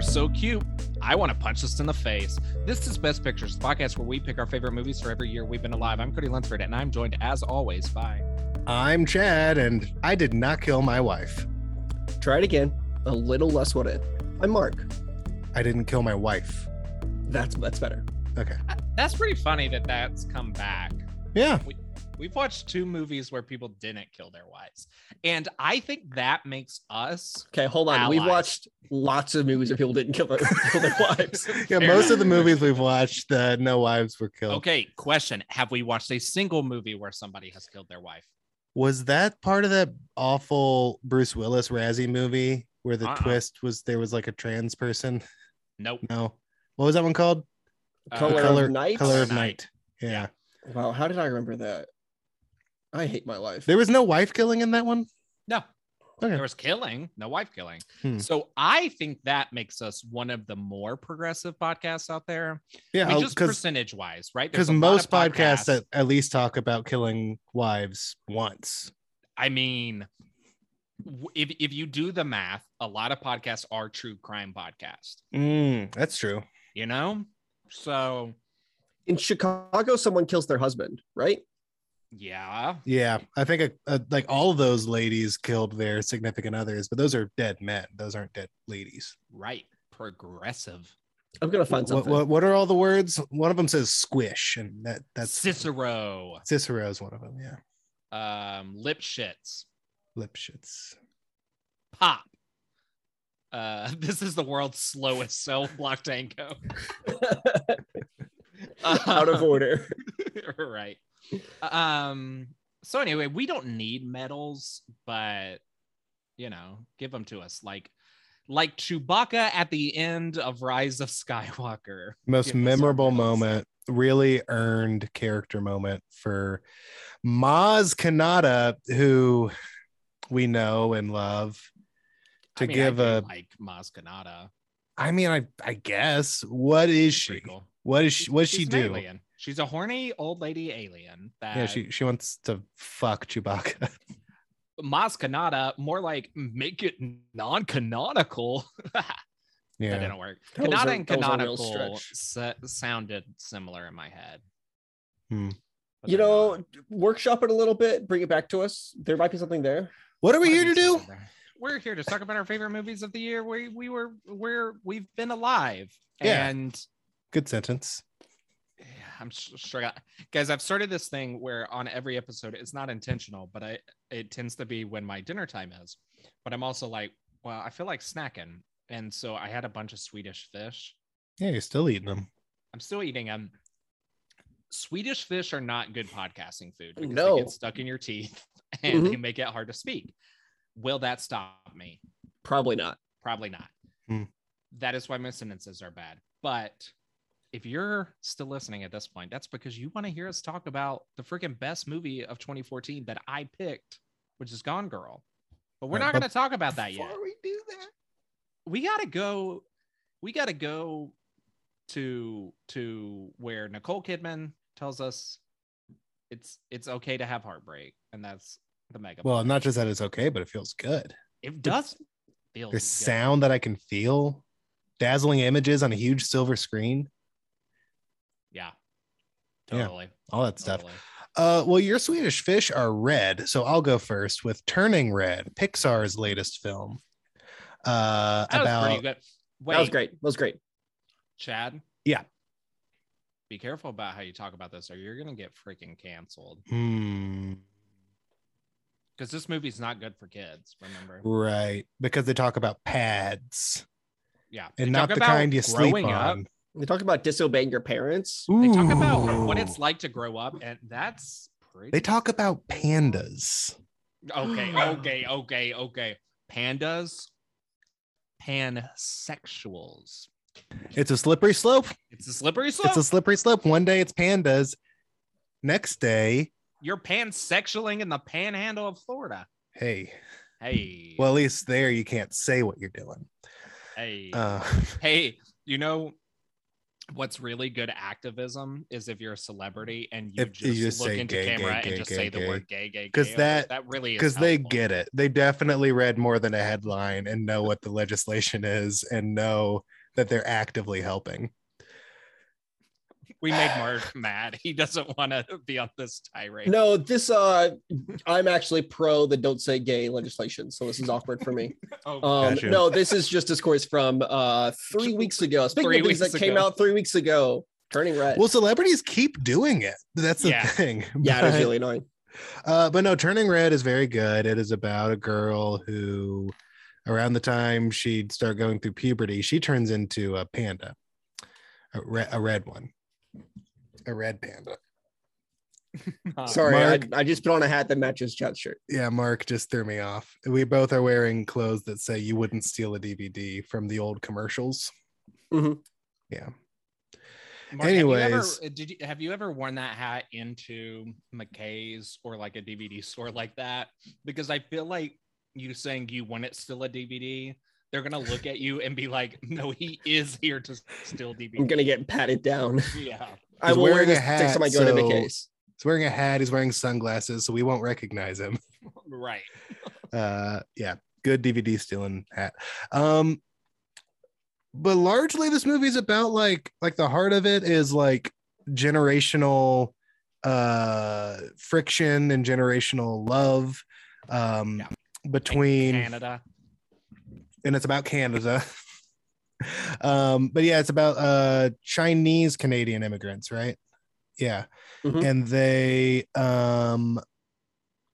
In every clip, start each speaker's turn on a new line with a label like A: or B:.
A: so cute. I want to punch this in the face. This is Best Pictures, the podcast where we pick our favorite movies for every year we've been alive. I'm Cody Lunsford, and I'm joined, as always, by.
B: I'm Chad, and I did not kill my wife.
C: Try it again. A little less what it. I'm Mark.
B: I didn't kill my wife.
C: That's that's better.
B: Okay.
A: uh, That's pretty funny that that's come back.
B: Yeah.
A: We've watched two movies where people didn't kill their wives, and I think that makes us.
C: Okay, hold on. We've
A: Allies.
C: watched lots of movies where people didn't kill their, kill their wives.
B: Yeah.
A: Fair
B: most of the
A: enough.
B: movies we've watched, the no wives were killed.
A: Okay, question: Have we watched a single movie where somebody has killed their wife?
B: Was that part of that awful Bruce Willis Razzie movie where the
A: Uh-uh.
B: twist was there was like a trans person?
A: Nope.
B: No. What was that one called?
A: Uh,
C: Color,
B: Color-
C: of Night.
B: Color of
A: Night.
B: Night. Yeah.
A: Yeah.
C: Wow, how did I remember that? I hate my life.
B: There was no wife killing in that one.
A: No.
B: Okay.
A: There was killing, no wife killing.
B: Hmm.
A: So I think that makes us one of the more progressive podcasts out there. I
B: Yeah.
A: mean, just
B: Because
A: percentage wise, right? There's
B: because
A: a lot
B: Oh, most
A: of
B: podcasts at, at least talk about killing wives once.
A: I mean, w- if, if you do the math, a lot of podcasts are true crime podcasts,
B: Mm, that's true.
A: you know? So,
C: In Chicago, someone kills their husband, right?
A: yeah.
B: Yeah, I think a, a, like all of those ladies killed their significant others, but those are dead men. Those aren't dead ladies.
A: Right. Progressive.
C: I'm gonna find
B: What,
C: something.
B: what, what are all the words? One of them says squish, and that that's
A: Cicero.
B: Cicero is one of them. Yeah,
A: Um, Lipschitz.
B: Lipschitz.
A: Pop. Uh, this is the world's slowest cell block tango.
C: Out of
A: Um,
C: order.
A: right. Um. So anyway, we don't need medals, but you know, give them to us like, like Chewbacca at the end of Rise of Skywalker.
B: Most
A: Yeah, those are
B: memorable
A: medals.
B: moment, really earned character moment for Maz Kanata, who we know and love. To
A: I mean, I
B: give
A: do
B: a-
A: like Maz Kanata.
B: I mean, I I guess what is she?
A: Pretty cool.
B: What is she? What does she
A: She's an
B: do?
A: Alien. She's a horny old lady alien. That
B: Yeah, she she wants to fuck Chewbacca.
A: Maz Kanata, more like make it non-canonical. That
B: yeah.
A: didn't work.
C: That was a-
A: Kanata and
C: that was a real
A: canonical
C: stretch.
A: sa- sounded similar in my head.
B: Hmm.
A: But
C: You
A: they're not.
C: know, workshop it a little bit, bring it back to us. There might be something there.
B: What are we
A: Why
B: here to
A: do you
B: do?
A: say that? We're here to talk about our favorite movies of the year. We we were we're we've been alive,
B: Yeah.
A: and
B: Good sentence.
A: yeah, I'm s- sure, I- guys. I've started this thing where on every episode, it's not intentional, but I it tends to be when my dinner time is. But I'm also like, well, I feel like snacking, and so I had a bunch of Swedish fish.
B: Yeah, you're still eating them.
A: I'm still eating them. Swedish fish are not good podcasting food because
C: No.
A: they get stuck in your teeth and
C: Mhm.
A: they make it hard to speak. Will that stop me?
C: Probably not.
A: Probably not.
B: Hmm.
A: That is why my sentences are bad. But if you're still listening at this point, that's because you want to hear us talk about the freaking best movie of 2014 that I picked, which is Gone Girl. But we're
B: Right,
A: not
B: but
A: going to talk about that yet.
B: Before we do that,
A: We got to go. We got to go to to where Nicole Kidman tells us it's it's okay to have heartbreak, and that's the mega.
B: well, not just that it's okay, but it feels good.
A: it does feel
B: There's
A: good.
B: sound that I can feel, dazzling images on a huge silver screen,
A: Yeah,
B: Yeah,
A: totally.
B: all that stuff.
A: totally.
B: Uh, well, your Swedish fish are red, so I'll go first with Turning Red, Pixar's latest film. Uh,
A: That was pretty
B: about
A: good. Wait,
C: That was great. That was great.
A: Chad.
B: Yeah.
A: Be careful about how you talk about this, or you're gonna get freaking canceled.
B: Hmm,
A: Because this movie's not good for kids. Remember?
B: right because they talk about pads
A: Yeah.
B: and
A: They
B: not
A: talk
B: the
A: about
B: kind you sleep
A: growing up.
B: on.
C: They talked about disobeying your parents.
A: They talk about
B: Ooh.
A: what it's like to grow up, and that's pretty.
B: They talk about pandas.
A: Okay, okay, okay, okay. Pandas, pansexuals.
B: It's a slippery slope.
A: It's a slippery slope.
B: It's a slippery slope. One day it's pandas. Next day,
A: You're pansexualing in the panhandle of Florida.
B: hey,
A: Hey.
B: well, at least there you can't say what you're doing.
A: Hey.
B: Uh,
A: hey, you know what's really good activism is if you're a celebrity and you
B: If you
A: just,
B: just
A: look
B: say
A: into
B: gay,
A: camera
B: gay,
A: and
B: gay,
A: just
B: gay,
A: say the
B: gay.
A: word gay, gay, gay.
B: 'Cause
A: over it.
B: that-
A: that really is
B: Because they
A: helpful.
B: get it. They definitely read more than a headline and know what the legislation is and know that they're actively helping.
A: We made Mark mad. He doesn't want to be on this tirade.
C: No, this uh I'm actually pro the don't say gay legislation, so this is awkward for me.
A: Oh,
C: Um
B: Gotcha.
C: no, this is just discourse from uh three weeks ago. Speaking
A: Three
C: of things
A: weeks
C: that came
A: ago.
C: out three weeks ago, turning red.
B: Well, celebrities keep doing it. That's the
A: Yeah.
B: thing.
C: yeah, it
B: But-
C: is really annoying.
B: Uh, but no, Turning Red is very good. It is about a girl who, around the time she'd start going through puberty, she turns into a panda, a, re- a red one, a red panda.
A: uh,
C: Sorry, I,
B: Mark-
C: I just put on a hat that matches Chad's shirt.
B: Yeah, Mark just threw me off. We both are wearing clothes that say "You wouldn't steal a DVD" from the old commercials.
A: Mark, have you ever- uh,
B: anyways.
A: did you have you ever worn that hat into McKay's or like a DVD store like that? Because I feel like you saying you want it still a DVD, they're gonna look at you and be like, "No, he is here to steal
C: I'm
A: DVD."
C: gonna get patted down.
A: yeah,
C: I will wear
B: wearing a
C: this next
B: hat,
C: time I go to
B: so-
C: the case.
B: He's wearing a hat. He's wearing sunglasses, so we won't recognize him.
A: right.
B: uh yeah good dvd stealing hat um but largely this movie's about like like the heart of it is like generational uh friction and generational love um
A: Yeah.
B: between
A: Canada.
B: and it's about canada um but yeah it's about uh chinese canadian immigrants right yeah
C: Mhm.
B: and they um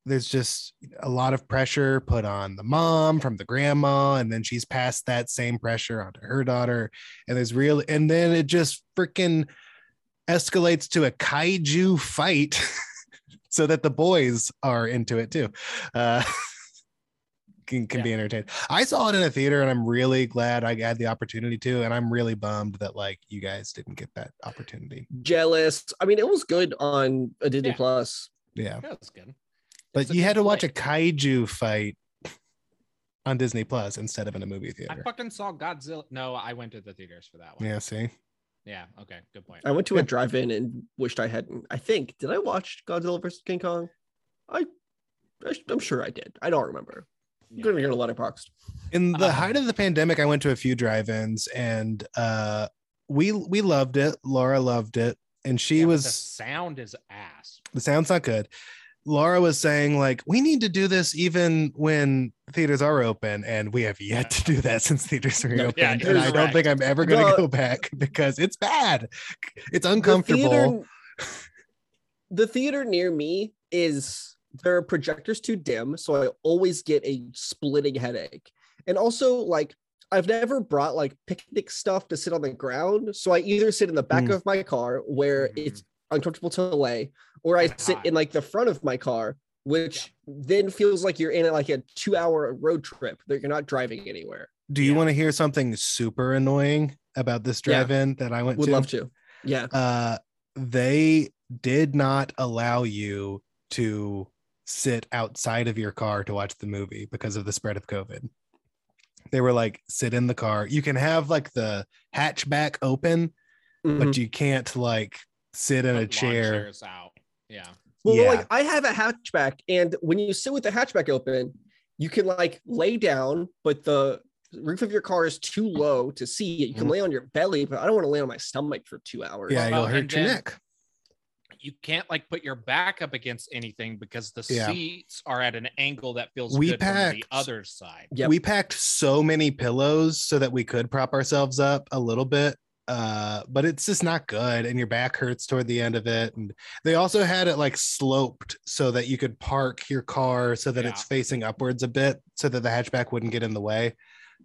B: there's just a lot of pressure put on the mom from the grandma and then she's passed that same pressure onto her daughter and there's real and then it just freaking escalates to a kaiju fight so that the boys are into it too uh can, can be entertained i saw it in a theater and i'm really glad i had the opportunity to and i'm really bummed that like you guys didn't get that opportunity
C: Jealous. I mean, it was good on a Disney
A: Yeah.
C: Plus.
B: yeah
A: That's good.
B: but
A: It's a
B: you had
A: good
B: to watch
A: fight.
B: a kaiju fight on disney plus instead of in a movie
A: I
B: theater
A: fucking saw Godzilla. No, I went to the theaters for that one.
B: yeah see
A: Yeah. Okay. Good point.
C: I went to
B: Yeah.
C: a drive-in and wished I hadn't. I think did I watch Godzilla vs King Kong? I, I am sure I did. I don't remember. I'm gonna get a letterbox.
B: in the
A: Uh,
B: height of the pandemic i went to a few drive-ins and uh we we loved it laura loved it and she
A: Yeah, but the
B: was
A: sound is ass.
B: the sound's not good laura was saying like we need to do this even when theaters are open and we have yet to do that since theaters are
A: No,
B: open
A: yeah,
B: and
A: you're
B: i don't
A: correct.
B: think i'm ever going to
C: The-
B: go back because it's bad it's uncomfortable
C: The theater, the theater near me is their projectors too dim, so I always get a splitting headache. And also, like I've never brought like picnic stuff to sit on the ground, so I either sit in the back
B: Mm.
C: of my car where
B: Hmm.
A: Mhm.
C: it's uncomfortable to lay, or I
A: And
C: sit
A: hot.
C: in like the front of my car, which then feels like you're in like a two-hour road trip that you're not driving anywhere.
B: Do you
A: Yeah.
B: want to hear something super annoying about this
C: Yeah.
B: drive-in that I went
C: Would
B: to?
C: love to. Yeah.
B: Uh, they did not allow you to sit outside of your car to watch the movie because of the spread of COVID. They were like, sit in the car. You can have like the hatchback open,
C: Mhm.
B: but you can't like sit in
A: Put
B: a
A: Mm-hmm. lawn
B: chair.
A: chairs out. Yeah.
C: Well,
B: Yeah.
C: like I have a hatchback, and when you sit with the hatchback open, you can like lay down, but the roof of your car is too low to see it. You can
B: Mhm.
C: lay on your belly, but I don't want to lay on my stomach for two hours.
B: Yeah,
A: Well,
B: you'll hurt
A: and
B: your
A: then-
B: neck.
A: you can't like put your back up against anything because the
B: Yeah.
A: seats are at an angle that feels
B: We
A: good from
B: packed-
A: the other side.
C: Yep.
B: we packed so many pillows so that we could prop ourselves up a little bit uh but it's just not good and your back hurts toward the end of it and they also had it like sloped so that you could park your car so that it's
A: Yeah.
B: facing upwards a bit so that the hatchback wouldn't get in the way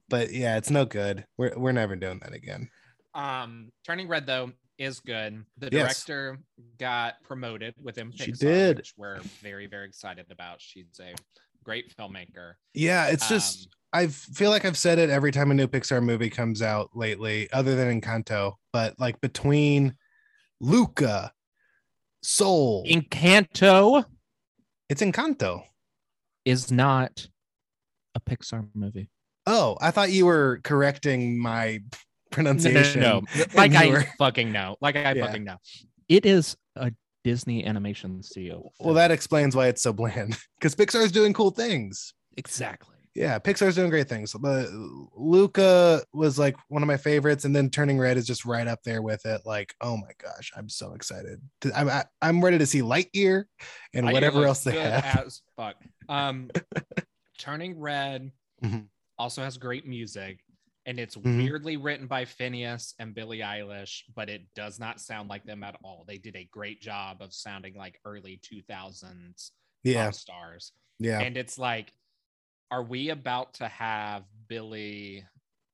B: but yeah it's no good we're, we're never doing that again
A: Um, Turning Red though is good. The
B: Yes.
A: director got promoted within
B: She
A: Pixar,
B: did.
A: which we're very very excited about. She's a great filmmaker.
B: yeah it's just
A: Um,
B: i feel like i've said it every time a new pixar movie comes out lately other than encanto but like between luca soul
A: Encanto
B: it's encanto
A: is not a Pixar movie.
B: Oh, I thought you were correcting my
A: No, no,
B: pronunciation.
A: no, no. like
B: You
A: I
B: were-
A: fucking know. Like I
B: Yeah.
A: fucking know. It is a Disney animation studio.
B: Well,
A: film.
B: that explains why it's so bland because Pixar's doing cool things.
A: exactly.
B: yeah, Pixar's doing great things. But Luca was like one of my favorites, and then Turning Red is just right up there with it. Like, oh my gosh, I'm so excited. I'm I, I'm ready to see Lightyear and
A: Lightyear
B: whatever
A: looks
B: else they
A: good
B: have.
A: As fuck. Um, Turning Red
B: Mhm.
A: also has great music, and it's
B: Mhm.
A: weirdly written by Phineas and Billie Eilish, but it does not sound like them at all. They did a great job of sounding like early 2000s
B: yeah,
A: pop stars.
B: yeah.
A: And it's like, are we about to have Billy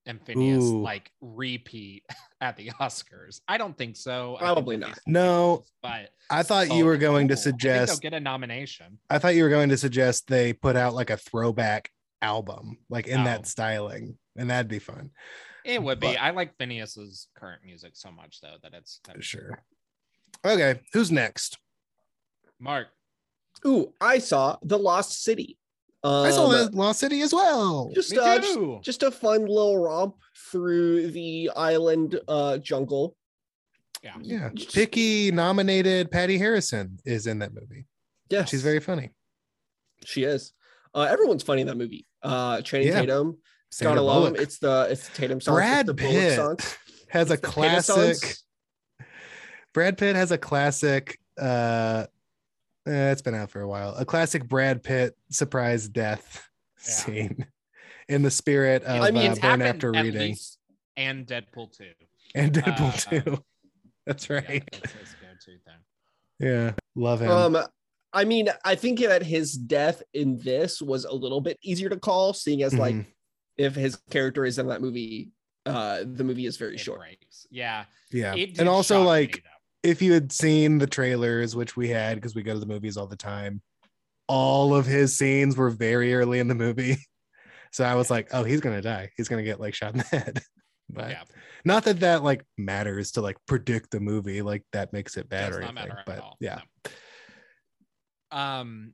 A: and Phineas
B: Ooh.
A: like repeat at the Oscars? I don't think so. I think
C: Probably
A: that
C: not.
A: these-
B: No,
A: But
B: I thought
A: so
B: you were going
A: Oh, cool.
B: to
A: I think
B: suggest.
A: they'll get a nomination.
B: I thought you were going to suggest they put out like a throwback album, like in
A: No.
B: that styling, and that'd be fun.
A: It would be.
B: But-
A: I like Phineas's current music so much though that it's that-
B: Sure. Okay, who's next?
A: Mark.
C: Ooh, I saw The Lost City. Um,
B: I saw that Lost City as well.
C: Just,
A: Me
C: uh, just
A: too.
C: just a fun little romp through the island uh jungle
A: yeah.
B: yeah, picky nominated Patty Harrison is in that movie.
C: yeah
B: She's very funny.
C: she is uh everyone's funny in that movie uh channing
B: Yeah.
C: tatum
B: Sandra
C: Scott Alum,
B: Bullock
C: it's the it's the Tatum song.
B: Brad
C: it's the Bullock
B: Pitt
C: song.
B: has a
C: It's the Pitta
B: classic.
C: songs.
B: Brad Pitt has a classic. Uh, eh, it's been out for a while. A classic Brad Pitt surprise death
A: Yeah.
B: scene in the spirit of
C: I
A: I
C: mean,
A: mean,
B: uh,
A: it's
B: Burn
A: happened
B: After
A: at
B: Reading
A: least- and Deadpool too.
B: and Deadpool
A: uh,
B: too. That's right.
A: Yeah, that's his go-to thing.
B: Yeah, love him.
C: Um, I mean, I think that his death in this was a little bit easier to call, seeing as like
B: Mhm.
C: if his character is in that movie, uh, the movie is very
A: It
C: short.
A: breaks. Yeah.
B: yeah,
A: It did
B: and also
A: shock
B: like
A: me, though.
B: if you had seen the trailers, which we had because we go to the movies all the time, all of his scenes were very early in the movie. So I was like, oh, he's gonna die. He's gonna get like shot in the head. But
A: yeah.
B: not that that like matters to like predict the movie. Like that makes it bad
A: does
B: or
A: not
B: anything.
A: matter at
B: but
A: all,
B: yeah,
A: no. Um,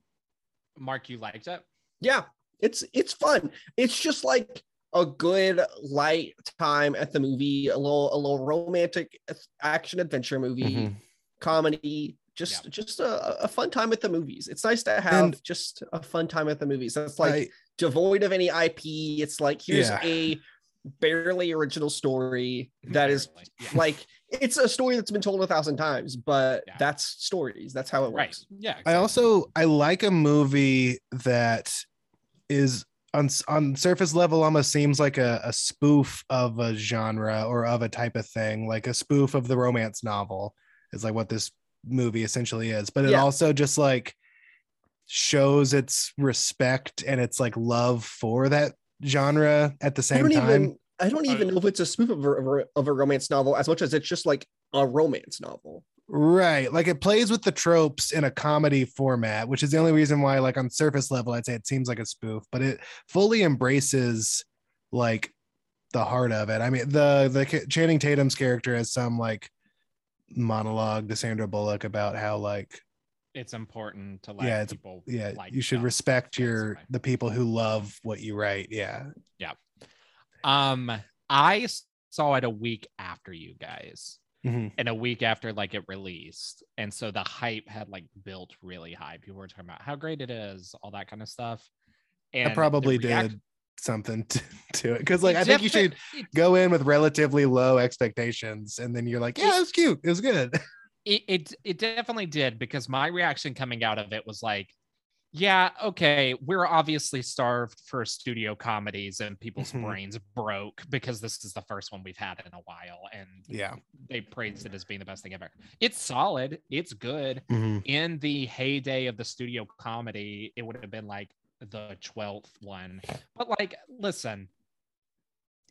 A: Mark, you liked it?
C: Yeah, it's it's fun. It's just like a good light time at the movie, a little a little romantic action adventure movie,
B: Mhm.
C: comedy. Just just a, a fun time at the movies. It's nice to have
B: And-
C: just a fun time at the movies. That's like
B: I-
C: devoid of any IP. It's like here's
B: Yeah.
C: a barely original story
A: Mm-hmm.
C: that is
A: Barely, yeah.
C: like it's a story that's been told a thousand times, but
A: Yeah.
C: that's stories. That's how it
A: right.
C: works.
A: Yeah.
B: I
A: exactly.
B: also I like a movie that is on on surface level almost seems like a, a spoof of a genre or of a type of thing, like a spoof of the romance novel is like what this movie essentially is. But it
C: Yeah.
B: also just like shows its respect and its like love for that genre at the
C: I
B: same
C: don't
B: time.
C: even I don't even know if it's a spoof of a, of a- of a romance novel as much as it's just like a romance novel.
B: Right. Like it plays with the tropes in a comedy format, which is the only reason why, like, on surface level, I'd say it seems like a spoof, but it fully embraces like the heart of it. I mean, the the ca- Channing Tatum's character has some like monologue to Sandra Bullock about how like
A: it's important to let
B: Yeah, it's-
A: people.
B: yeah
A: like
B: you should
A: stuff.
B: respect
A: Yeah, it's
B: your
A: fine.
B: the people who love what you write yeah
A: Um, I s- saw it a week after you guys,
B: Mhm.
A: and a week after like it released, and so the hype had like built really high. People were talking about how great it is, all that kind of stuff. And
B: I
A: the
B: probably
A: react-
B: did something to, to it because like
A: It
B: I think you
A: defi-
B: should go in with relatively low expectations and then you're like yeah it was cute it was good
A: it it it definitely did because my reaction coming out of it was like yeah okay we're obviously starved for studio comedies and people's
B: Mhm.
A: brains broke because this is the first one we've had in a while and
B: yeah
A: they praised it as being the best thing ever it's solid it's good
B: Mhm.
A: in the heyday of the studio comedy it would have been like the 12th one but like listen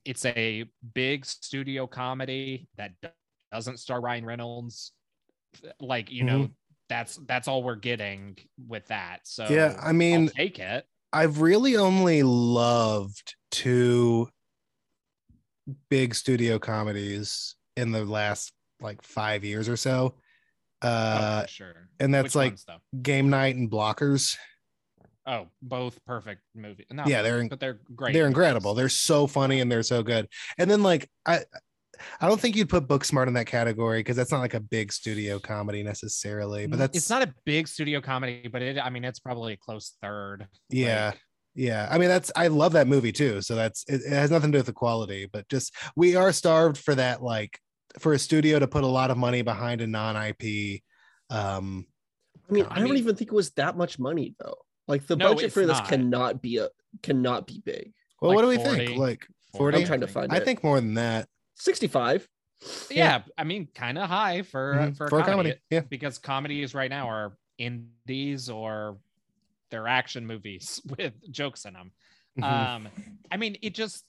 A: it's a big studio comedy that do- doesn't star Ryan Reynolds. Like, you know,
B: Mm-hmm.
A: that's that's all we're getting with that. So
B: yeah i
A: I'll
B: mean
A: take it.
B: i've really only loved two big studio comedies in the last like five years or so
A: Oh,
B: uh
A: for sure.
B: and that's
A: Which
B: like-
A: ones, though?
B: game night and blockers
A: oh, both perfect movie. No,
B: yeah they're in-
A: but they're great.
B: they're
A: movies.
B: incredible they're so funny and they're so good and then like i i don't think you'd put book smart in that category because that's not like a big studio comedy
A: Mm,
B: necessarily but that's
A: it's not a big studio comedy, but it I mean it's probably a close third.
B: yeah
A: like,
B: Yeah, I mean that's I love that movie too. So that's it, it has nothing to do with the quality, but just we are starved for that like for a studio to put a lot of money behind a non IP. Um,
C: I mean,
B: No,
C: I,
B: I
C: don't
A: mean-
C: even think it was that much money though. Like the
A: No,
C: budget
A: it's
C: for this
A: not.
C: cannot be a cannot be big.
B: well,
A: Like
B: what do we
A: 40,
B: think? Like
A: 40,
C: I'm trying to
A: I think.
C: find
B: I
C: it.
B: think more than that
C: 65.
A: Yeah, I mean, kind of high for
B: Mhm.
A: for, a comedy,
B: Yeah,
A: because comedies right now are indies or they're action movies with jokes in them.
B: Mhm.
A: Um, I mean, it just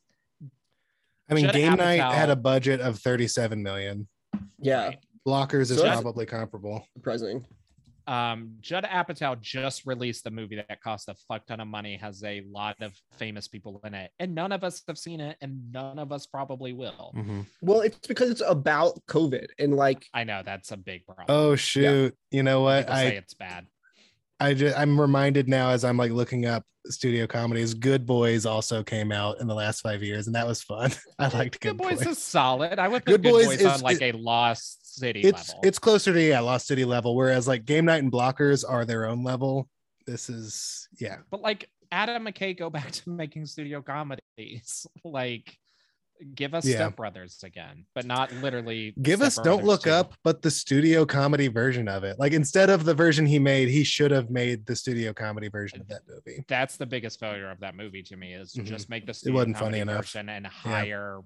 B: I mean,
A: Judd
B: Game
A: Apatow-
B: Night had a budget of thirty-seven million.
C: Yeah,
B: Blockers is
C: So that's-
B: probably comparable.
C: surprising.
A: um Judd Apatow just released a movie that cost a fuck ton of money, has a lot of famous people in it, and none of us have seen it, and none of us probably will.
B: Mm.
C: Well, it's because it's about COVID and like
A: I know that's a big problem.
B: Oh shoot! You know what?
A: People
B: I
A: say it's bad.
B: I just, I'm reminded now as I'm like looking up studio comedies. Good Boys also came out in the last five years, and that was fun. I liked Good,
A: Good Boys is solid. I would put Good,
B: Good
A: Boys,
B: Boys
A: on
B: is-
A: like a Lost City
B: it's
A: level.
B: it's closer to yeah Lost City level, whereas like Game Night and Blockers are their own level. This is yeah.
A: but like Adam McKay, go back to making studio comedies. like, give us
B: Yeah.
A: Step Brothers again, but not literally.
B: Give
A: Step
B: us don't
A: Brothers
B: look
A: 2.
B: up, but the studio comedy version of it. Like instead of the version he made, he should have made the studio comedy version of that movie.
A: That's the biggest failure of that movie to me is
B: Mhm.
A: just make the
B: It
A: studio
B: wasn't
A: comedy
B: funny enough.
A: version and hire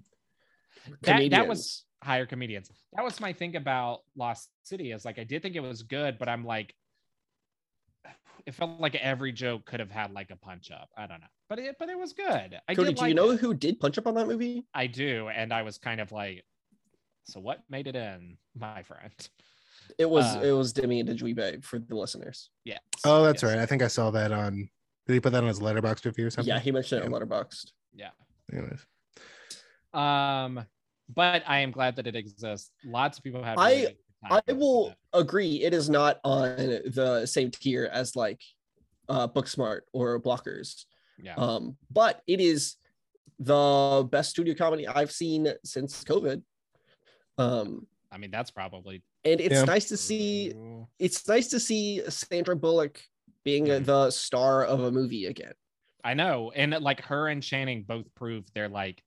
A: that,
C: comedians.
A: that was hire comedians. That was my thing about Lost City is like I did think it was good, but I'm like it felt like every joke could have had like a punch up. I don't know, but it but it was good. I
C: Cody.
A: did
C: Do you
A: like
C: know
A: it.
C: who did punch up on that movie?
A: I do, and I was kind of like, so what made it in, my friend?
C: It was
A: Uh,
C: it was Demi and Dejuibe for the listeners.
A: Yeah.
B: Oh, that's
A: Yes.
B: right. I think I saw that on. Did he put that on his letterbox review or something?
C: Yeah, he mentioned it on Letterboxd.
B: Anyways.
A: Yeah. Um, but I am glad that it exists. Lots of people have.
C: I-
A: really good
C: I
A: time
C: will
A: with
C: agree. It is not on the same tier as like uh, Booksmart or Blockers,
A: it. Yeah.
C: um, but it is the best studio comedy I've seen since COVID. Um,
A: I mean, that's probably
C: and it's
B: Yeah.
C: nice to see.
A: true.
C: It's nice to see Sandra Bullock being
A: Mhm.
C: the star of a movie again.
A: I know, and like her and Channing both prove they're like,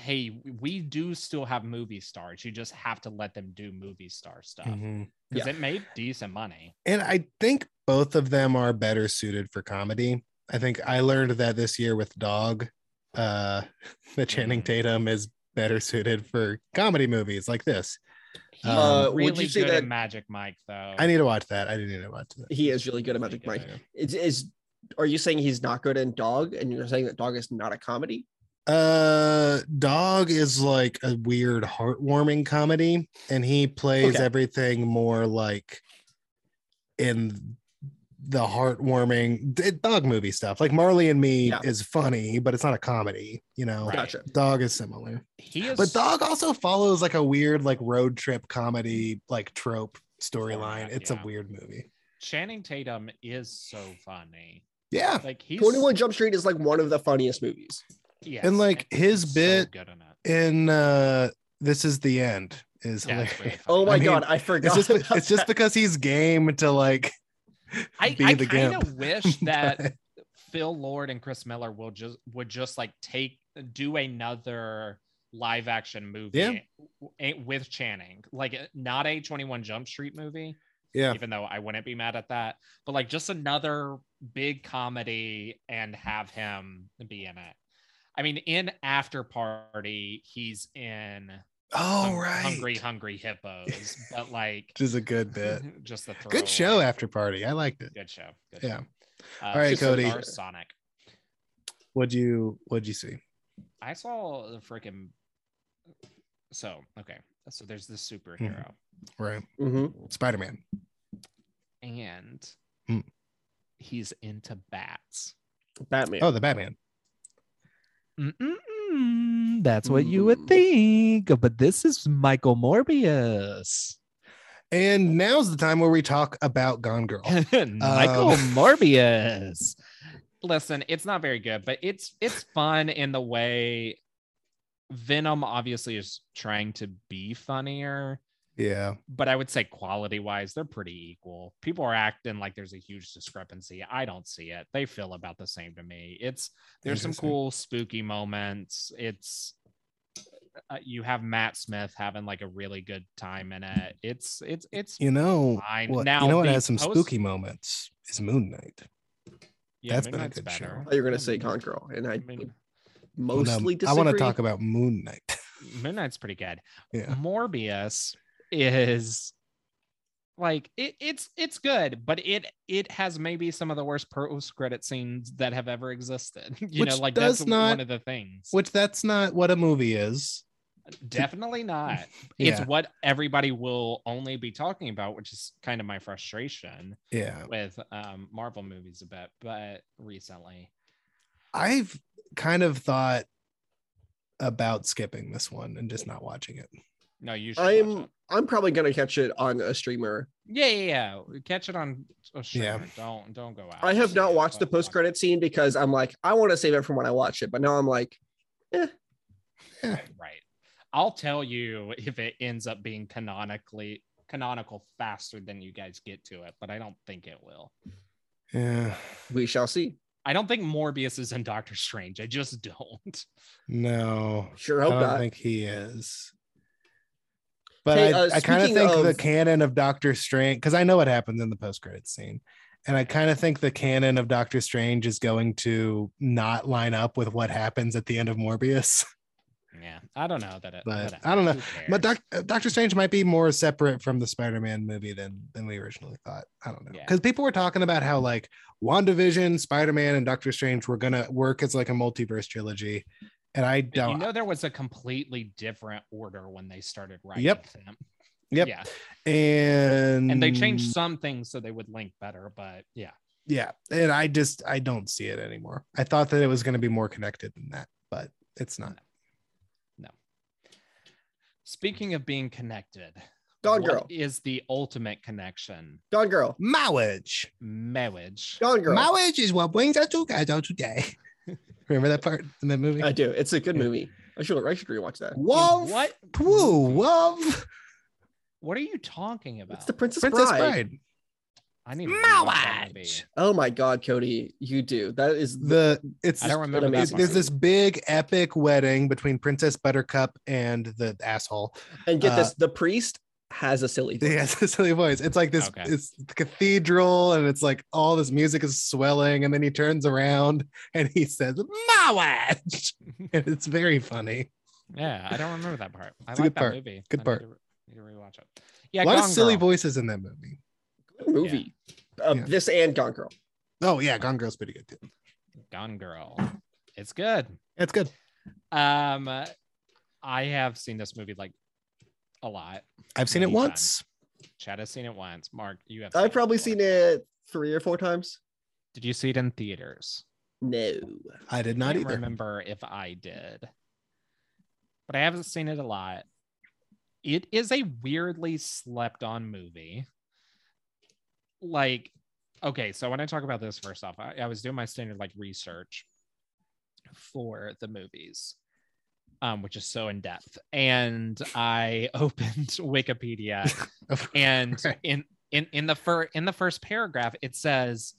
A: hey, we do still have movie stars. You just have to let them do movie star stuff because
B: Mhm.
C: Yeah.
A: it made decent money.
B: And I think both of them are better suited for comedy. I think I learned that this year with Dog, uh, that Channing
C: Mm-hmm.
A: Mhm.
B: Tatum is better suited for comedy movies like this.
A: He's
B: Uh,
C: would
A: really
C: you say
A: good at
C: that-
A: Magic Mike, though.
B: I need to watch that. I didn't need to watch that.
C: He is really good at
A: Really
C: Magic
A: good
C: Mike.
A: at it.
C: Is, is are you saying he's not good in Dog, and you're saying that Dog is not a comedy?
B: Uh, Dog is like a weird, heartwarming comedy, and he plays
C: Okay.
B: everything more like in the heartwarming d- dog movie stuff. Like Marley and Me
C: Yeah.
B: is funny, but it's not a comedy. You know,
A: Right.
C: Gotcha.
B: Dog is similar.
A: He is,
B: but dog also follows like a weird like road trip comedy like trope storyline
A: Format,
B: it's
A: yeah.
B: a weird movie
A: Channing Tatum is so funny.
B: yeah
A: Like he's
C: Twenty One Jump Street is like one of the funniest movies.
A: yes,
B: and, like, his
A: he's so
B: bit-
A: good in it.
B: and uh this is the end is
A: Yeah, it's
B: hilarious.
A: really
C: Oh my
B: mean,
C: god, I
B: it's
C: forgot.
B: just
C: about
B: it's just
C: that.
B: because he's game to like
A: I,
B: be
A: I
B: the
A: kind
B: gimp.
A: of wish that Phil Lord and Chris Miller will just would just like take do another live action movie
B: Yeah.
A: a- with Channing, like eh, not a Twenty One Jump Street movie,
B: yeah
A: even though I wouldn't be mad at that, but like just another big comedy and have him be in it. I mean, in After Party, he's in
B: oh
A: Hung-
B: right
A: Hungry Hungry Hippos, but like
B: which is a good bit
A: just the
B: good show
A: throwaway.
B: after party i liked it
A: Good show. Good
B: yeah
A: show. Uh,
B: All right,
A: just
B: Cody.
A: stars Sonic.
B: what'd you what'd you see
A: I saw the freaking. So okay, so there's this
B: Hmm.
A: superhero,
B: right
C: Mhm.
B: spider-man
A: and
B: Mm.
A: he's into bats.
C: Batman.
B: oh the batman
A: Mm-mm-mm, that's
C: Mm.
A: think, but this is Michael Morbius.
B: and now's the time where we talk about gone girl
A: Morbius. Um, Listen, it's not very good, but it's it's fun in the way Venom obviously is trying to be funnier.
B: Yeah.
A: but I would say quality wise, they're pretty equal. People are acting like there's a huge discrepancy. I don't see it. They feel about the same to me. It's there's some
B: Interesting.
A: cool spooky moments. It's uh, you have Matt Smith having like a really good time in it. It's it's it's
B: You know,
A: fine.
B: what,
A: Now
B: you know what
A: the
B: has some
A: post-
B: spooky moments is Moon Knight.
A: yeah,
B: that's been a
A: Moonlight's
B: good show.
C: Oh, you're gonna say Gone Girl, and I,
A: I mean,
B: Well, no,
C: mostly
B: Mm-hmm. I
C: disagree.
B: want to talk about Moon Knight.
A: Moon Knight's pretty good.
B: yeah.
A: Morbius is like it, it's it's good, but it it has maybe some of the worst post credit scenes that have ever existed. You know,
B: Which
A: like
B: does
A: that's
B: not-
A: one of the things.
B: Which that's not what a movie is.
A: Definitely not.
B: Yeah.
A: It's what everybody will only be talking about, which is kind of my frustration
B: yeah.
A: with um, Marvel movies a bit, but recently.
B: I've kind of thought about skipping this one and just not watching it.
A: No, you should. watch
C: I'm
A: it.
C: I'm probably gonna catch it on a streamer.
A: Yeah, yeah, yeah. Catch it on. Oh, sure.
B: Yeah.
A: Don't don't go out.
C: I have not watched the
A: Don't watch
C: post credit scene because I'm like, I want to save it from when I watch it, but now I'm like,
B: Yeah.
A: Right. I'll tell you if it ends up being canonically canonical faster than you guys get to it, but I don't think it will.
B: Yeah.
C: we shall see.
A: I don't think Morbius is in Doctor Strange. I just don't.
B: No.
C: Sure
B: I
C: hope
B: don't
C: not.
B: think he is. But
C: Hey,
B: I,
C: uh,
B: I kind of
C: speaking
B: think the
C: of-
B: canon of Doctor Strange, because I know what happens in the post credit scene. And I kind of think the canon of Doctor Strange is going to not line up with what happens at the end of Morbius.
A: Yeah. I don't know that it
B: But
A: that it-
B: I don't know.
A: who
B: But
A: cares?
B: Doc, uh, Doctor Strange might be more separate from the Spider-Man movie than than we originally thought. I don't know
A: Yeah.
B: because people were talking about how like WandaVision, Spider-Man, and Doctor Strange were gonna work as like a multiverse trilogy, and I
A: But you
B: don't.
A: know there was a completely different order when they started writing
B: Yep.
A: them.
B: Yep. Mm.
A: Yeah.
B: and
A: And they changed some things so they would link better, but yeah.
B: Yeah, and I just I don't see it anymore. I thought that it was gonna be more connected than that, but it's not.
A: Speaking of being connected,
C: Gone
A: what
C: Girl,
A: is the ultimate connection?
C: Gone Girl,
B: Marriage.
A: Marriage.
C: Gone Girl.
B: Marriage is what brings us together today. Remember that part in that movie?
C: I
A: Uh,
C: do. It's a good
B: Yeah.
C: movie. I should I should rewatch that.
B: Love,
A: What?
B: True love.
A: What are you talking about?
C: It's the Princess,
B: Princess
C: Bride.
B: Bride.
A: I need to rewatch that movie.
B: Marriage.
C: Oh my God, Cody, you do. That is
B: The it's
A: I don't remember
C: It's-
A: that.
B: it-
A: part.
B: there's this big epic wedding between Princess Buttercup and the asshole.
C: and get
B: uh,
C: this. The priest has a silly.
B: He
C: voice.
B: has a silly voice. It's like this.
A: Okay.
B: It's the cathedral, and it's like all this music is swelling, and then he turns around and he says "marriage," and it's very funny.
A: Yeah, I don't remember that part. I
B: It's a
A: like
B: good
A: that
B: part.
A: movie. I
B: Good
A: need
B: part.
A: to re- Need to, rewatch it. Yeah,
B: a lot of
A: Gone
B: silly
A: Girl.
B: voices in that movie.
C: Good movie. Uh,
B: Yeah.
C: This and Gone Girl.
B: Oh yeah, Gone Girl's pretty good too.
A: Gone Girl. It's good.
B: It's good.
A: Um, I have seen this movie like a lot.
B: I've seen it
A: Many times.
B: once.
A: Chad has seen it once. Mark, you have.
C: I've probably seen
A: before.
C: it three or four times.
A: Did you see it in theaters?
C: No.
B: I did
A: I
B: not
A: can't
B: either.
A: remember if I did, but I haven't seen it a lot. It is a weirdly slept on movie. Like, okay, so when I talk about this, first off, I, I was doing my standard like research for the movies, um, which is so in depth. And I opened Wikipedia and
B: Right.
A: in in in the fir- in the first paragraph it says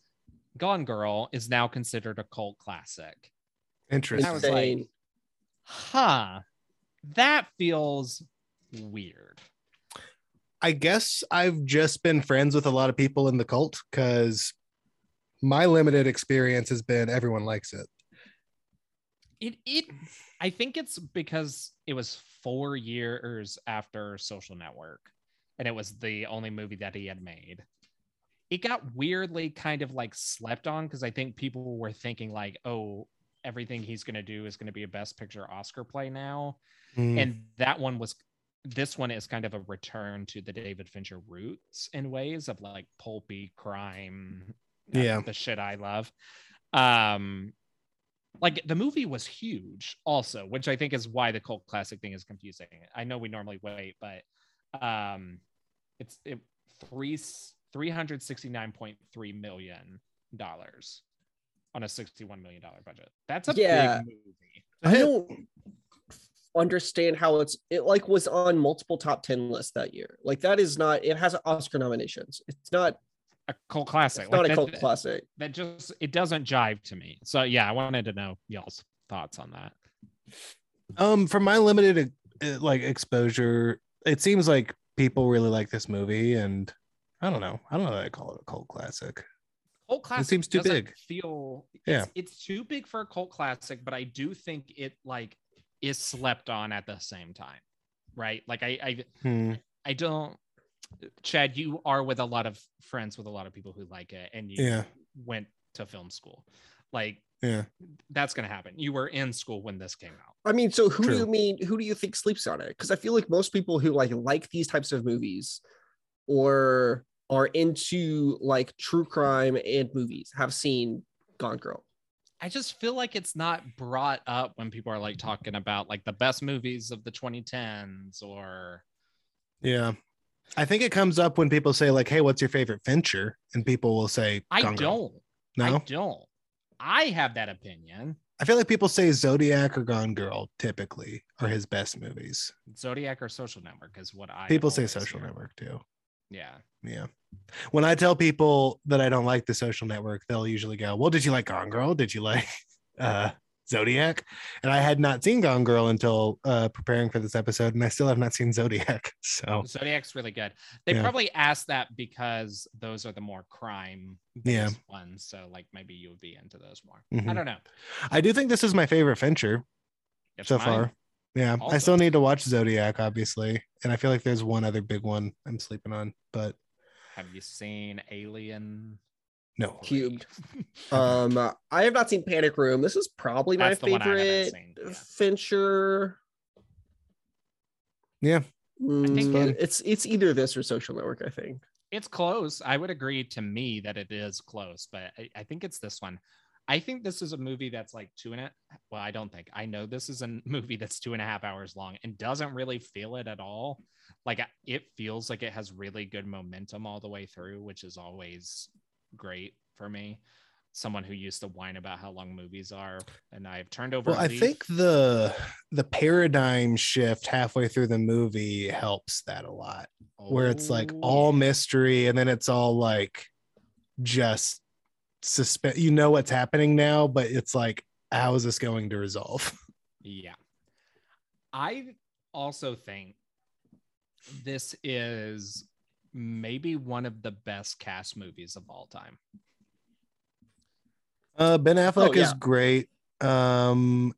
A: gone girl is now considered a cult classic
B: Interesting.
A: I was like-
C: Insane.
A: huh that feels weird
B: I guess I've just been friends with a lot of people in the cult because my limited experience has been everyone likes it.
A: it it i think it's because it was four years after social network and it was the only movie that he had made it got weirdly kind of like slept on because i think people were thinking like oh everything he's going to do is going to be a best picture oscar play now
B: Hmm.
A: and that one was this one is kind of a return to the david fincher roots in ways of like pulpy crime uh,
B: Yeah.
A: the shit i love um like the movie was huge also which i think is why the cult classic thing is confusing i know we normally wait but um it's it three 369.3 million dollars on a 61 million dollar budget that's a
C: Yeah.
A: big movie
C: I don't understand how it's it like was on multiple top 10 lists that year like that is not it has oscar nominations it's not
A: a cult classic.
C: it's not
A: Like,
C: a
A: that-
C: cult classic
A: That just it doesn't jive to me. So yeah, I wanted to know y'all's thoughts on that.
B: Um, from my limited uh, like exposure, it seems like people really like this movie, and I don't know. I don't know that I call it a cult classic.
A: Cult classic
B: seems too
A: doesn't
B: big.
A: Feel
B: Yeah.
A: it's, it's too big for a cult classic, but I do think it like is slept on at the same time, right? Like I I
B: Hmm.
A: I don't. Chad, you are with a lot of friends with a lot of people who like it, and you
B: Yeah,
A: went to film school. Like
B: yeah.
A: that's gonna happen. You were in school when this came out.
C: i mean so who
B: True.
C: do you mean who do you think sleeps on it because i feel like most people who like like these types of movies or are into like true crime and movies have seen gone girl
A: I just feel like it's not brought up when people are like talking about like the best movies of the 2010s or
B: Yeah. I think it comes up when people say like, "Hey, what's your favorite Fincher?" and people will say,
A: I
B: Gone Girl.
A: don't.
B: No,
A: I
B: I,
A: don't. I have that opinion.
B: feel like people say Zodiac or Gone Girl typically are his best movies.
A: Zodiac or social network is what I
B: people say
A: always
B: Social
A: hear.
B: Network too.
A: Yeah.
B: Yeah. When I tell people that I don't like the social network, they'll usually go, Well, did you like Gone Girl? Did you like uh Zodiac? And I had not seen Gone Girl until uh preparing for this episode, and I still have not seen Zodiac. So
A: Zodiac's really good. They
B: Oh. Yeah.
A: probably asked that because those are the more crime
B: Yeah.
A: ones. So like maybe you would be into those more. I
B: Mhm.
A: don't know.
B: I do think this is my favorite Fincher
A: It's
B: so
A: mine.
B: far. Yeah. I
A: Also.
B: still need to watch Zodiac, obviously. And I feel like there's one other big one I'm sleeping on, but
A: Have you seen Alien?
B: no.
C: Cubed.
A: Three?
C: um uh, i have not seen panic room this is probably
A: Mm-hmm.
C: my
A: That's the one I haven't
C: favorite
A: seen, yeah.
C: fincher
B: Yeah.
C: Mm,
A: I think
B: it-
C: it's it's either this or social network i think
A: it's close. I would agree to me that it is close, but I, I think it's this one. I think this is a movie that's like two and a well, I don't think I know this is a movie that's two and a half hours long and doesn't really feel it at all. Like I- it feels like it has really good momentum all the way through, which is always great for me. Someone who used to whine about how long movies are, and I've turned over.
B: Well,
A: a
B: I
A: leaf.
B: think the the paradigm shift halfway through the movie helps that a lot. where it's like
A: Oh,
B: all
A: yeah.
B: mystery and then it's all like just suspect you know what's happening now but it's like how is this going to resolve
A: Yeah. I also think this is maybe one of the best cast movies of all time.
B: uh ben
A: Oh,
B: affleck
C: yeah.
B: is great um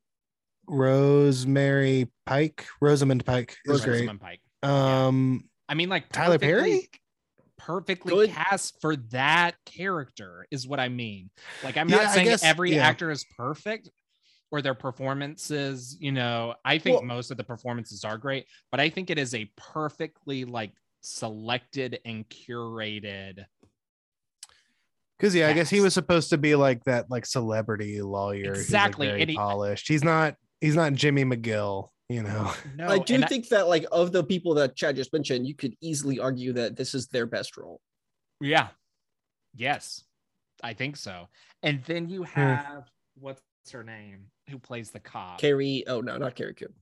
B: rosemary pike rosamund pike is great
A: Rosamund Pike.
B: um
A: I mean, like
B: Tyler Perry?
A: perfectly- perfectly
C: Good.
A: cast for that character is what I mean. Like, I'm
B: Yeah,
A: not
B: I
A: saying
B: guess-
A: every
B: yeah.
A: actor is perfect or their performances. You know, I think
C: Well-
A: most of the performances are great, but I think it is a perfectly like selected and curated
B: because yeah i guess he
A: Yes.
B: was supposed to be like that like celebrity lawyer who's, like,
A: Exactly,
B: very
A: and he-
B: polished he's not he's not jimmy mcgill you know
A: No,
C: i do
A: and
C: think that like of the people that chad just mentioned you could easily argue that this is their best role
A: yeah, yes, I think so. And then you
B: Hmm.
A: have what's her name who plays the cop
C: carrie oh no not carrie Coon.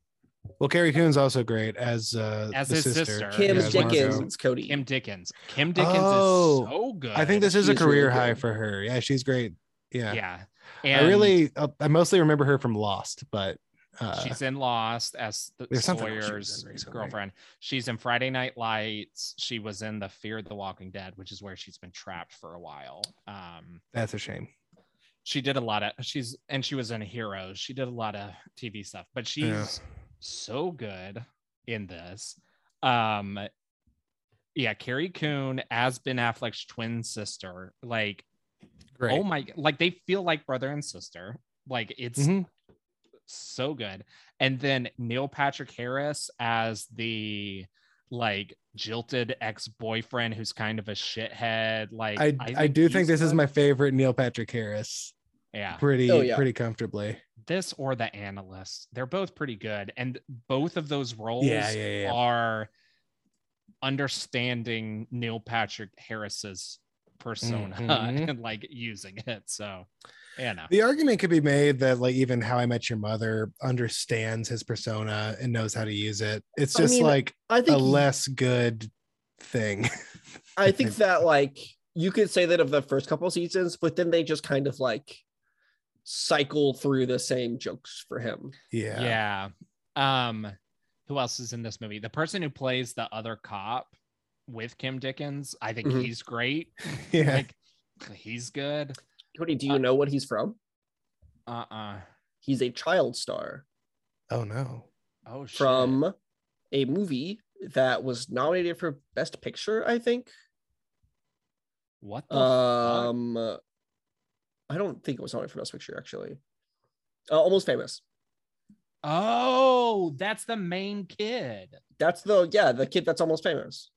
B: well carrie coon's also great as uh
A: As
B: the
A: his
B: sister,
A: sister.
C: kim
A: Yeah,
B: as Margot.
C: dickens it's cody
A: Kim Dickens. Kim Dickens
B: Oh,
A: is so good.
B: I think this is a
C: She's really
B: career high
C: good.
B: for her. Yeah, she's great. Yeah,
A: yeah.
B: I
A: And
B: really, uh, I mostly remember her from Lost, but uh,
A: she's in Lost as the
B: there's something else she was
A: Sawyer's
B: in recently.
A: girlfriend. She's in Friday Night Lights. She was in the Fear of the Walking Dead, which is where she's been trapped for a while. Um,
B: that's a shame.
A: she did a lot of she's and she was in Heroes. She did a lot of TV stuff, but she's
B: Yeah.
A: so good in this. Um yeah, Carrie Coon as Ben Affleck's twin sister. Like,
B: Great.
A: oh my like they feel like brother and sister. Like it's
B: Mhm.
A: so good. And then Neil Patrick Harris as the like jilted ex-boyfriend who's kind of a shithead. Like
B: I, I, do think
A: he's
B: this is
A: good.
B: my favorite Neil Patrick Harris.
A: yeah.
B: Pretty,
C: Oh, yeah.
B: pretty comfortably.
A: this or the analyst they're both pretty good and both of those roles
B: Yeah, yeah, yeah.
A: are understanding neil patrick harris's persona
B: Mhm.
A: and like using it so Anna.
B: The argument could be made that like even How I Met Your Mother understands his persona and knows how to use it. It's
C: I
B: just
C: mean,
B: like
C: I
B: a
C: think
B: less good thing.
C: I think that like you could say that of the first couple seasons, but then they just kind of like cycle through the same jokes for him.
B: yeah.
A: Yeah. Um, who else is in this movie? The person who plays the other cop with Kim Dickens, I think
C: Mhm.
A: he's great.
B: Mm-hmm. Yeah.
A: Like he's good.
C: Cody, do you
A: Uh,
C: know what he's from?
A: Uh-uh.
C: He's a child star
B: oh no.
A: Oh shit.
C: from a movie that was nominated for Best Picture, I think.
A: what the Oh, fuck?
C: Um, I don't think it was nominated for Best Picture actually. Uh, Almost Famous.
A: Oh, that's the main kid.
C: That's the yeah the kid that's almost famous.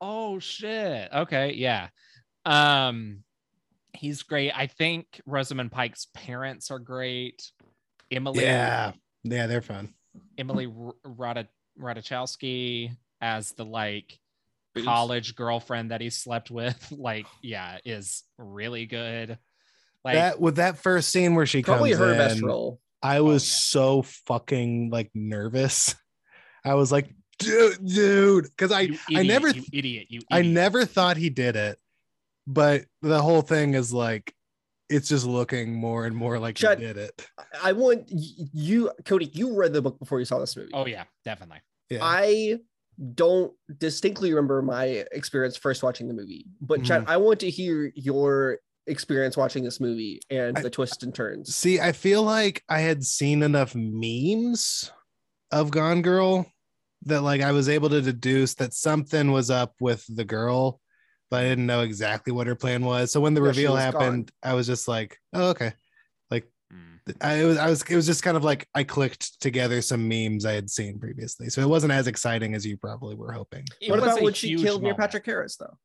A: Oh shit. Okay, yeah. Um he's great. I think Rosamund Pike's parents are great. Emily
B: Yeah. Yeah, they're fun.
A: Emily R- Rada Radachowski as the like
C: Boobs.
A: college girlfriend that he slept with like yeah is really good. Like
B: that with that first scene where she
C: Probably
B: comes
C: her
B: in,
C: best role. Oh,
B: I was
A: yeah.
B: so fucking like nervous. I was like, dude, dude, because I
A: you
B: I
A: idiot,
B: never
A: you idiot you
B: I
A: idiot.
B: never thought he did it, but the whole thing is like, it's just looking more and more like
C: Chad-
B: he did it.
C: I- I want y- you, Cody. You read the book before you saw this movie.
A: Oh yeah, definitely.
B: Yeah,
C: I don't distinctly remember my experience first watching the movie, but
A: Mm-hmm.
C: Chad, I want to hear your experience watching this movie and
B: I-
C: the twists and turns.
B: see, I feel like I had seen enough memes of Gone Girl that like I was able to deduce that something was up with the girl, but I didn't know exactly what her plan was. So when the
C: Yeah, she
B: reveal
C: was
B: happened, I was just like, oh okay.
A: Mm.
B: I it was I was it was just kind of like I clicked together some memes I had seen previously, so it wasn't as exciting as you probably were hoping.
A: It
C: What
A: was
C: about
A: a
C: when she
A: huge
C: killed Neil
A: moment.
C: Patrick Harris, though?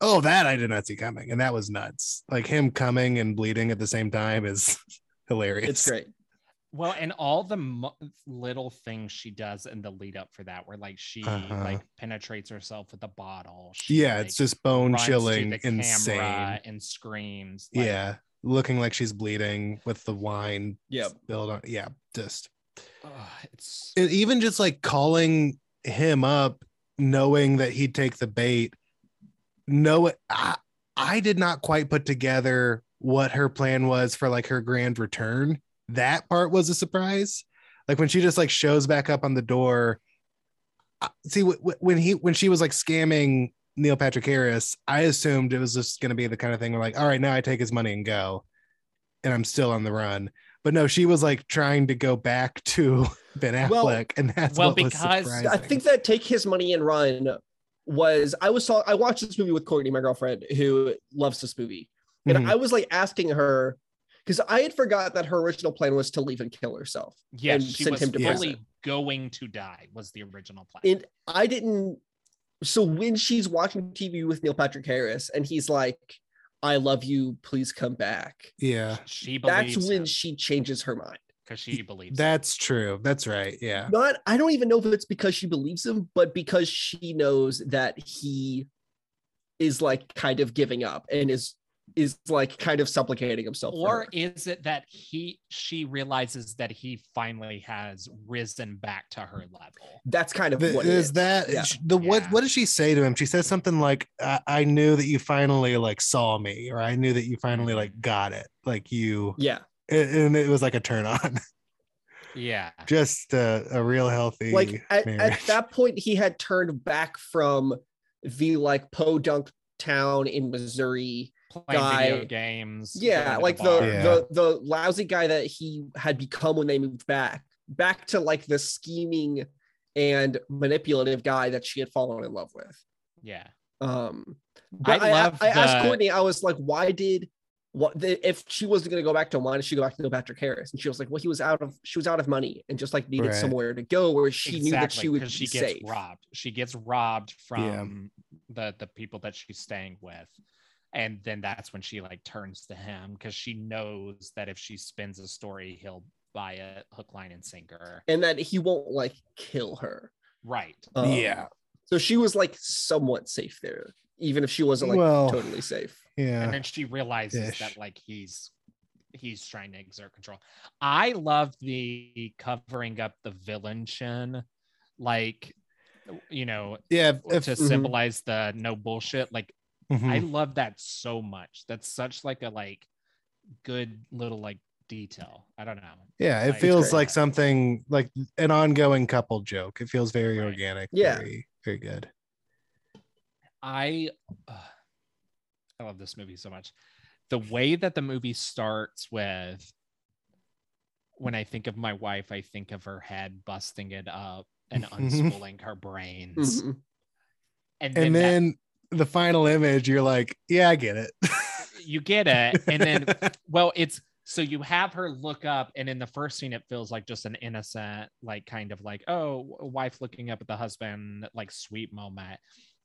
B: Oh, that I did not see coming, and that was nuts. Like him coming and bleeding at the same time is hilarious.
C: It's great.
A: Well, and all the mo- little things she does in the lead up for that, where like she
B: Uh-huh.
A: like penetrates herself with a bottle. She,
B: Yeah, it's
A: like,
B: just bone
A: runs to
B: chilling,
A: the camera
B: insane.
A: and screams. like,
B: yeah, looking like she's bleeding with the wine
C: Yep.
B: spilled on. Yeah, just
A: ugh, it's
B: and even just like calling him up knowing that he'd take the bait no I, I did not quite put together what her plan was for like her grand return that part was a surprise like when she just like shows back up on the door I- see wh- wh- when he when she was like scamming neil patrick harris i assumed it was just going to be the kind of thing where like all right now i take his money and go and i'm still on the run but no she was like trying to go back to ben affleck
C: Well-
B: and that's
A: well,
B: what was
A: because-
B: surprising.
C: I think that take his money and run was I was saw I watched this movie with Courtney, my girlfriend, who loves this movie, and
A: Mm-hmm.
B: Mhm.
C: I was like asking her because I had forgot that her original plan was to leave and kill herself.
A: yeah,
C: and
A: she
C: sent
A: was
C: him to
A: fully
C: prison.
A: going to die. Was the original plan?
C: And I didn't. So when she's watching TV with Neil Patrick Harris and he's like, "I love you, please come back,"
B: yeah
A: she believes
C: that's when
A: him,
C: she changes her mind.
A: because she believes him.
B: that's true that's right yeah
C: Not, I don't even know if it's because she believes him, but because she knows that he is like kind of giving up and is is like kind of supplicating himself. for
A: Or
C: her.
A: is it that he she realizes that he finally has risen back to her level?
C: that's kind of
B: The-
C: what it
B: is
C: is.
B: that
C: Yeah.
B: sh- the what
A: Yeah.
B: what did she say to him she said something like I, I knew that you finally like saw me or i knew that you finally like got it like you
C: Yeah,
B: and and it was like a turn on
A: Yeah.
B: just uh, a real healthy
C: like at, at
B: marriage.
C: that point, he had turned back from the like podunk town in Missouri
A: Playing
C: guy-
A: video games. going
C: yeah
A: to
C: like the
A: bar.
C: the,
B: Yeah.
C: the lousy guy that he had become when they moved back back to like the scheming and manipulative guy that she had fallen in love with
A: yeah.
C: um but
A: I
C: i, I,
A: love
C: I asked
A: the-
C: courtney i was like why did what the, if she wasn't going to go back to him why did she go back to patrick harris and she was like well he was out of she was out of money and just like needed
B: Right.
C: somewhere to go where she knew that she would be
A: 'cause she gets
C: safe
A: robbed. She gets robbed from the the people that she's staying with, and then that's when she like turns to him because she knows that if she spins a story, he'll buy it hook, line, and sinker.
C: and that he won't like kill her
A: Right.
C: Um,
B: Yeah.
C: so she was like somewhat safe there even if she wasn't like
B: well
C: totally safe
B: yeah
A: And then she realizes
B: Ish.
A: that like he's he's trying to exert control. I love the covering up the villain chin, like you know,
B: yeah if-
A: to
C: mhm.
A: symbolize the no bullshit. Like
B: mhm.
A: I love that so much. That's such like a like good little like detail. I don't know.
B: yeah it
A: like,
B: feels
C: great.
B: like something like an ongoing couple joke it feels very
A: Right.
B: organic
C: Yeah.
B: very, very good
A: I ugh, I love this movie so much. The way that the movie starts with when I think of my wife, I think of her head busting it up and unspooling her brains.
C: Mhm.
A: And then,
B: and
A: that-
B: then the final image you're like yeah i get it
A: you get it. And then well, it's so you have her look up, and in the first scene, it feels like just an innocent, like kind of like, oh, w- wife looking up at the husband, like sweet moment.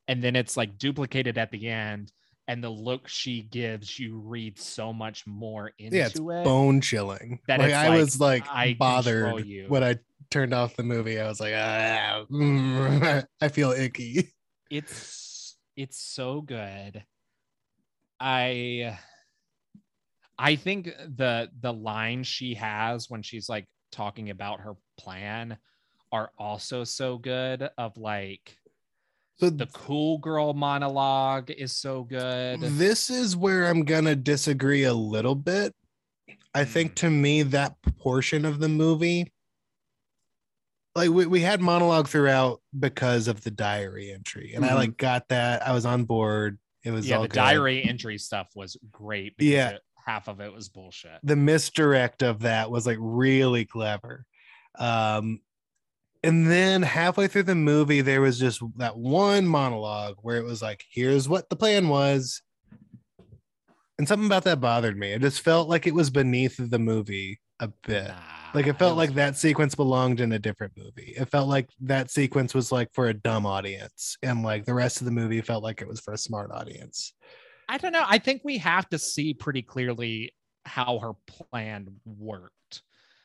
A: And then it's like duplicated at the end. And the look she gives, you read so much more into
B: Yeah, it's
A: it.
B: bone chilling
A: That
B: like
A: it's
B: i
A: like,
B: was like
A: I control
B: bothered
A: you.
B: when i turned off the movie i was like ah, mm, i feel icky
A: it's it's so good i i think the the line she has when she's like talking about her plan are also so good of like
B: so
A: the cool girl monologue is so good
B: This is where I'm going to disagree a little bit. I
A: Hmm.
B: think to me, that portion of the movie, like we, we had monologue throughout because of the diary entry, and I
C: Mhm.
B: like got that. I was on board. It was
A: Mm-hmm. yeah
B: all
A: the
B: good.
A: diary entry stuff was great because
B: Yeah.
A: it- half of it was bullshit
B: The misdirect of that was like really clever. Um, and then halfway through the movie, there was just that one monologue where it was like, here's what the plan was. and something about that bothered me. It just felt like it was beneath the movie a bit.
A: Nah,
B: Like it felt
A: was-
B: like that sequence belonged in a different movie. It felt like that sequence was like for a dumb audience, and like the rest of the movie felt like it was for a smart audience.
A: I don't know. I think we have to see pretty clearly how her plan worked.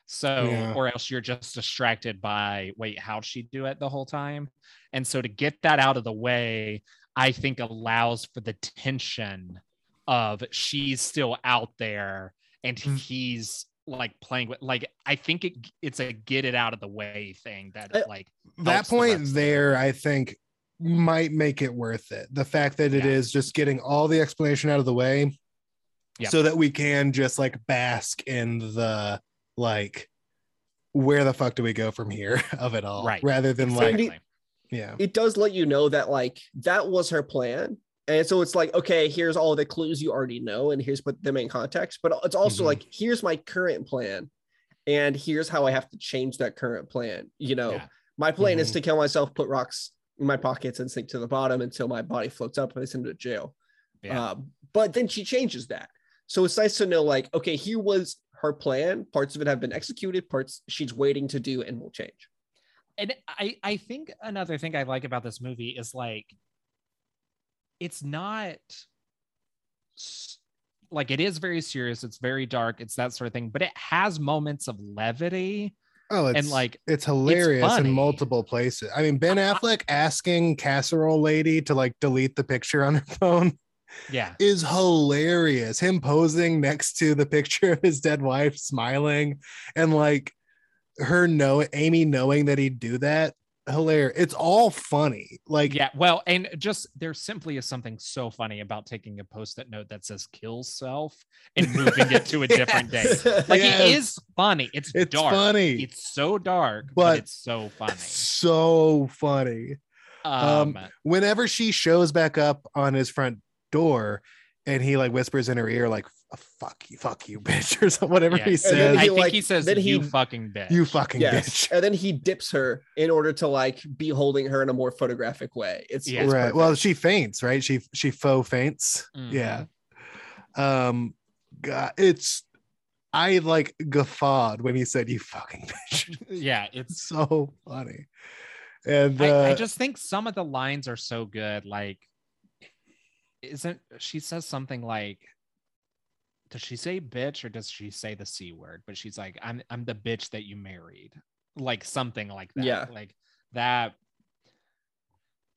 A: So,
B: Yeah.
A: or else you're just distracted by wait, how'd she do it the whole time? And so to get that out of the way, I think allows for the tension of she's still out there and
B: Mm.
A: he's like playing with like I think it it's a get it out of the way thing that
C: I-
A: like
B: that
A: helps the
B: point
A: rest of the
B: there, I think, might make it worth it. The fact that it is
A: Yeah.
B: just getting all the explanation out of the way,
A: Yeah.
B: so that we can just like bask in the like, where the fuck do we go from here of it all,
A: Right.
B: Rather than
C: Exactly.
B: like, yeah.
C: it does let you know that like that was her plan and so it's like okay here's all the clues you already know and here's put them in context but it's
A: Mm-hmm.
C: also
B: Mhm.
C: like here's my current plan and here's how i have to change that current plan you know
A: Yeah. Mm-hmm.
C: my plan is
B: Mhm.
C: to kill myself put rocks in my pockets and sink to the bottom until my body floats up and it's into jail
A: Yeah.
C: um, but then she changes that so it's nice to know like okay here was her plan parts of it have been executed parts she's waiting to do and will change
A: and I I think another thing I like about this movie is like it's not s- like it is very serious, it's very dark, it's that sort of thing, but it has moments of levity.
B: Oh, it's,
A: like,
B: it's hilarious
A: funny.
B: in multiple places. I mean, Ben
A: I- I-
B: Affleck asking casserole lady to like delete the picture on her phone
A: Yeah.
B: is hilarious. Him posing next to the picture of his dead wife, smiling, and like her know Amy knowing that he'd do that. Hilarious. It's all funny. Like,
A: Yeah, well, and just there simply is something so funny about taking a post-it note that says "kill self" and moving it to a different day. Like it
B: Yes.
A: is funny. It's,
B: it's
A: dark.
B: funny. It's
A: It's so dark, but,
B: But-
A: it's so funny.
B: so funny.
A: Um,
B: whenever she shows back up on his front door and he like whispers in her ear like "F- fuck you fuck you bitch or something, whatever
A: yeah.
B: he
A: I
B: says
C: he,
A: think
C: like-
A: he says
C: then he-
A: you fucking bitch.
B: you fucking
C: yes
B: bitch
C: and then he dips her in order to like be holding her in a more photographic way it's,
A: Yeah.
C: it's
B: right
C: perfect.
B: well she faints right she she faux faints
A: Mhm.
B: yeah um god it's i like guffawed when he said you fucking bitch
A: Mm-hmm. yeah
B: it's
A: it's
B: so funny and uh,
A: I, I just think some of the lines are so good like isn't she says something like does she say bitch or does she say the c word but she's like i'm i'm the bitch that you married like something like that
C: Yeah.
A: like that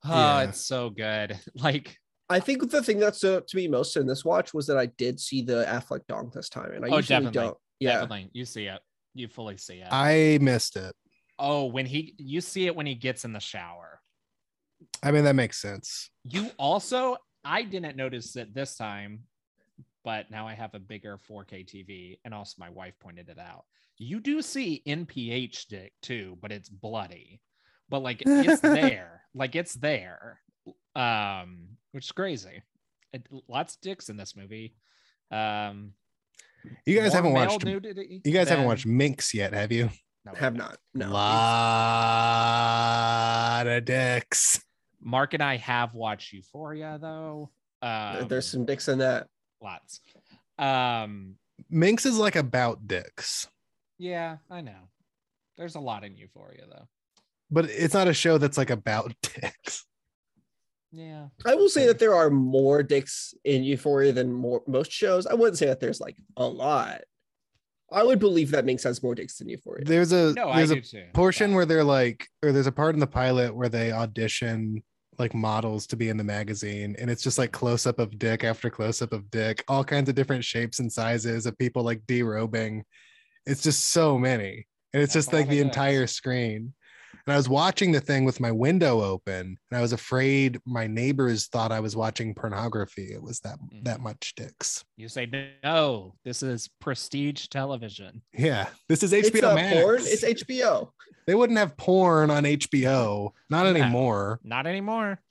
A: oh
B: Yeah.
A: it's so good like
C: I think the thing that stood out to me most in this watch was that I did see the Affleck dong this time, and I
A: Oh,
C: usually
A: definitely.
C: don't. Yeah,
A: Definitely. You see it. You fully see it.
B: I missed it.
A: oh, when he you see it when he gets in the shower.
B: I mean, that makes sense.
A: You also I didn't notice it this time, but now I have a bigger 4K TV and also my wife pointed it out. You do see NPH dick too, but it's bloody. But like it's there. Like it's there. Um which is crazy. It, lots of dicks in this movie. Um
B: You guys
A: more
B: haven't
A: male
B: watched.
A: nudity
B: you guys haven't
A: than-
B: watched Minx yet, have you?
A: No,
C: have not. No,
B: Lot of dicks.
A: Mark and I have watched Euphoria though. Um,
C: there's some dicks in that.
A: lots. Um,
B: Minx is like about dicks,
A: yeah, I know. There's a lot in Euphoria though.
B: but it's not a show that's like about dicks.
A: Yeah,
C: I will say that there are more dicks in Euphoria than more, most shows. I wouldn't say that there's like a lot. I would believe that makes sense more dicks than Euphoria.
B: There's a
A: no, I
B: there's a
A: do too.
B: portion
A: but-
B: where they're like, or there's a part in the pilot where they audition like models to be in the magazine, and it's just like close up of dick after close up of dick, all kinds of different shapes and sizes of people like derobing. It's just so many, and it's
A: That's
B: just
A: a
C: oh
B: like
A: lot
B: the
A: of
B: entire
A: dicks.
B: screen. And I was watching the thing with my window open, and I was afraid my neighbors thought I was watching pornography. It was that that
C: Mm.
A: Mhm.
B: much dicks.
A: you say no. This is prestige television.
B: Yeah, this is
C: it's
B: HBO
C: not
B: Max.
C: porn. It's HBO.
B: they wouldn't have porn on HBO, not
A: No.
B: anymore.
A: Not anymore.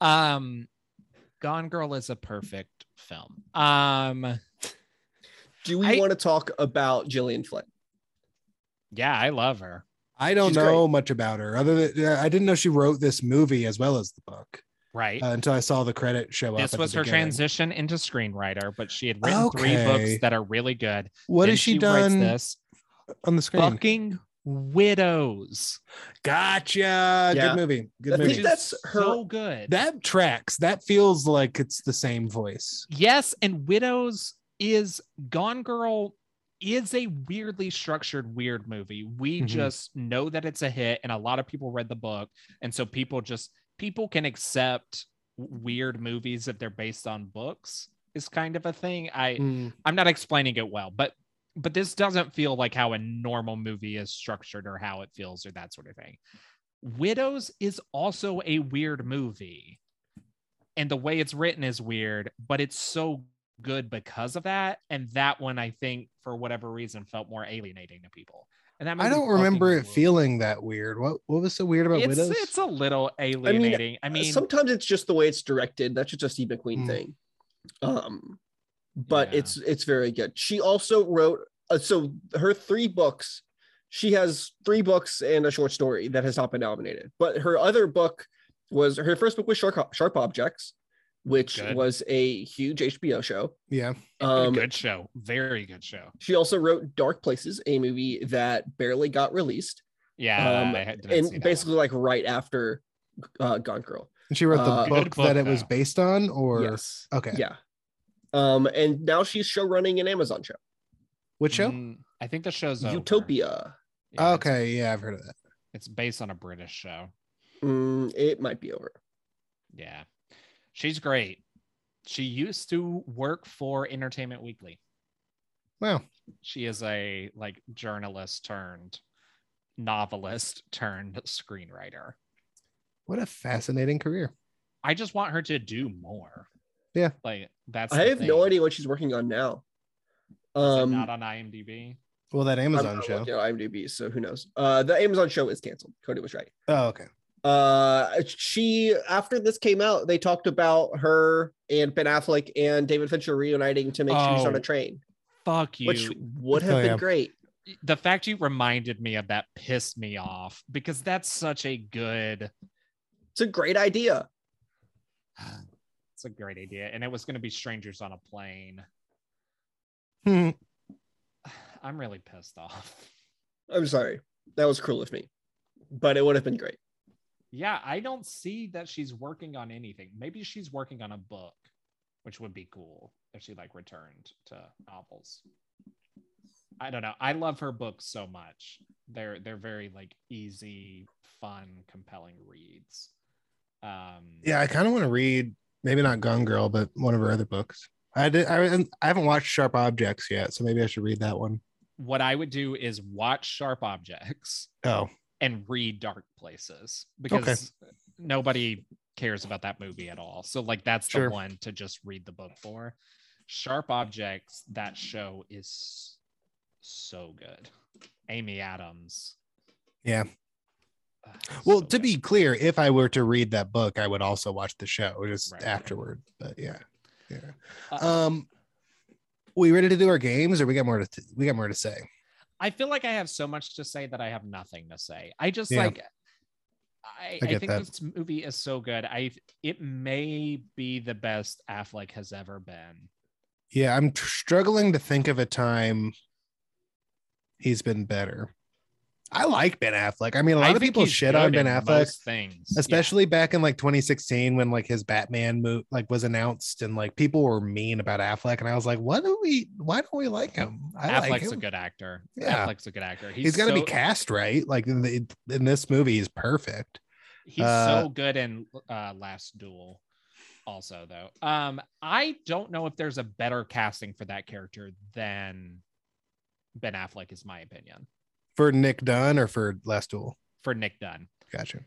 A: Um, Gone Girl is a perfect film. Um,
C: Do we
A: I-
C: want to talk about Jillian Flynn?
A: yeah, I love her.
B: I don't
C: She's
B: know much about her other than uh, I didn't know she wrote this movie as well as the book
A: Right.
B: uh, until I saw the credit show up.
A: this
B: at the
A: was her
B: beginning.
A: transition into screenwriter, but she had written three
B: Okay.
A: books that are really good.
B: What
A: Then
B: has she,
A: writes
B: done
A: This
B: on the screen?
A: fucking widows.
B: Gotcha.
C: Yeah.
B: Good movie. Good
C: I
A: Which
C: think
B: movie.
A: is
C: that- that's her-
A: So good.
B: that tracks. That feels like it's the same voice.
A: yes, and widows is Gone Girl is a weirdly structured weird movie. We
B: Mhm.
A: just know that it's a hit, and a lot of people read the book, and so people just people can accept w- weird movies if they're based on books. Is kind of a thing. I
B: Hmm.
A: I'm not explaining it well, but but this doesn't feel like how a normal movie is structured or how it feels or that sort of thing. Widows is also a weird movie. And the way it's written is weird, but it's so good because of that. And that one I think for whatever reason felt more alienating to people. And that
B: I
A: movie
B: don't remember
A: fucking
B: it
A: rules.
B: feeling that weird. What What was so weird about
A: it's,
B: Widows?
A: it's a little alienating. I mean, Hmm.
C: sometimes it's just the way it's directed. That should just be McQueen
B: Mm.
C: thing. Um, but
A: Yeah.
C: it's it's very good. She also wrote uh, so her three books. She has three books and a short story that has not been nominated. But her other book was her first book was Sharp, Sharp Objects, which
A: Good.
C: was a huge HBO show.
B: yeah.
C: Um,
A: good show, very good show.
C: she also wrote Dark Places, a movie that barely got released,
A: Yeah,
C: um,
A: I had- didn't see
C: and
A: that one.
C: basically like right after uh, Gone Girl.
B: And she wrote the
C: Uh,
B: book,
A: Good book,
B: that it was
A: though.
B: based on, or
C: yes.
B: okay,
C: Yeah. Um, and now she's show running an Amazon show,
B: what show?
A: Mm, I think the show's over.
C: Utopia.
A: Yeah, it's-
B: okay, yeah, I've heard of that.
A: It's based on a British show.
C: Mm, it might be over.
A: Yeah. She's great. She used to work for Entertainment Weekly.
B: Wow,
A: She is a like journalist turned novelist turned screenwriter.
B: what a fascinating career.
A: I just want her to do more.
B: Yeah.
A: Like that's
C: I
A: the
C: have no
A: thing.
C: idea what she's working on now.
A: Is it
C: Um,
A: not on IMDb.
B: Well, that
C: I'm
B: Amazon
C: not
B: show.
C: looking at IMDb, so who knows? Uh, the Amazon show is canceled. Cody was right.
B: Oh, okay.
C: Uh, she after this came out, they talked about her and Ben Affleck and David Fincher reuniting to make shoes on
A: Oh,
C: a train,
A: Fuck you.
C: which would
B: Oh,
C: have
B: yeah.
C: been great.
A: the fact you reminded me of that pissed me off because that's such a good
C: It's a great idea.
A: it's a great idea. And it was gonna be strangers on a plane.
B: Hmm.
A: I'm really pissed off.
C: I'm sorry, that was cruel of me, but it would have been great.
A: Yeah, I don't see that she's working on anything. Maybe she's working on a book, which would be cool if she like returned to novels. I don't know. I love her books so much. They're they're very like easy, fun, compelling reads. Um
B: Yeah, I kind of want to read maybe not Gone Girl, but one of her other books. I did. I, haven't- I haven't watched Sharp Objects yet, so maybe I should read that one.
A: What I would do is watch Sharp Objects
B: Oh,
A: and read Dark Places because nobody cares about that movie at all. So like that's
B: Sure.
A: the one to just read the book for. Sharp Objects, that show is so good. Amy Adams.
B: Yeah.
A: Ah,
B: well.
A: so
B: To
A: good.
B: be clear, if I were to read that book, I would also watch the show just
A: Right.
B: afterward. But yeah, yeah.
A: Uh,
B: Um, we ready to do our games, or we got more to we got more to say?
A: I feel like I have so much to say that I have nothing to say. I just
B: Yeah.
A: like I,
B: I
A: I,
B: get
A: think
B: that.
A: this movie is so good. I it may be the best Affleck has ever been.
B: Yeah, I'm tr- struggling to think of a time he's been better. I like Ben Affleck. I mean, a lot
A: I
B: of
A: think
B: people
A: he's
B: shit
A: good
B: on Ben
A: in
B: Affleck,
A: most things. Yeah.
B: especially back in like 2016 when like his Batman move like was announced and like people were mean about Affleck, and I was like, what do we? Why don't we like him? I like
A: Affleck's
B: him.
A: a good actor.
B: Yeah.
A: Affleck's a good actor. He's,
B: he's got to
A: so,
B: be cast right. Like in, the, in this movie, he's perfect.
A: he's
B: uh,
A: so good in uh, Last Duel. Also, though, um, I don't know if there's a better casting for that character than Ben Affleck. Is my opinion
B: For Nick Dunn or for Last Duel?
A: for Nick Dunn.
B: Gotcha.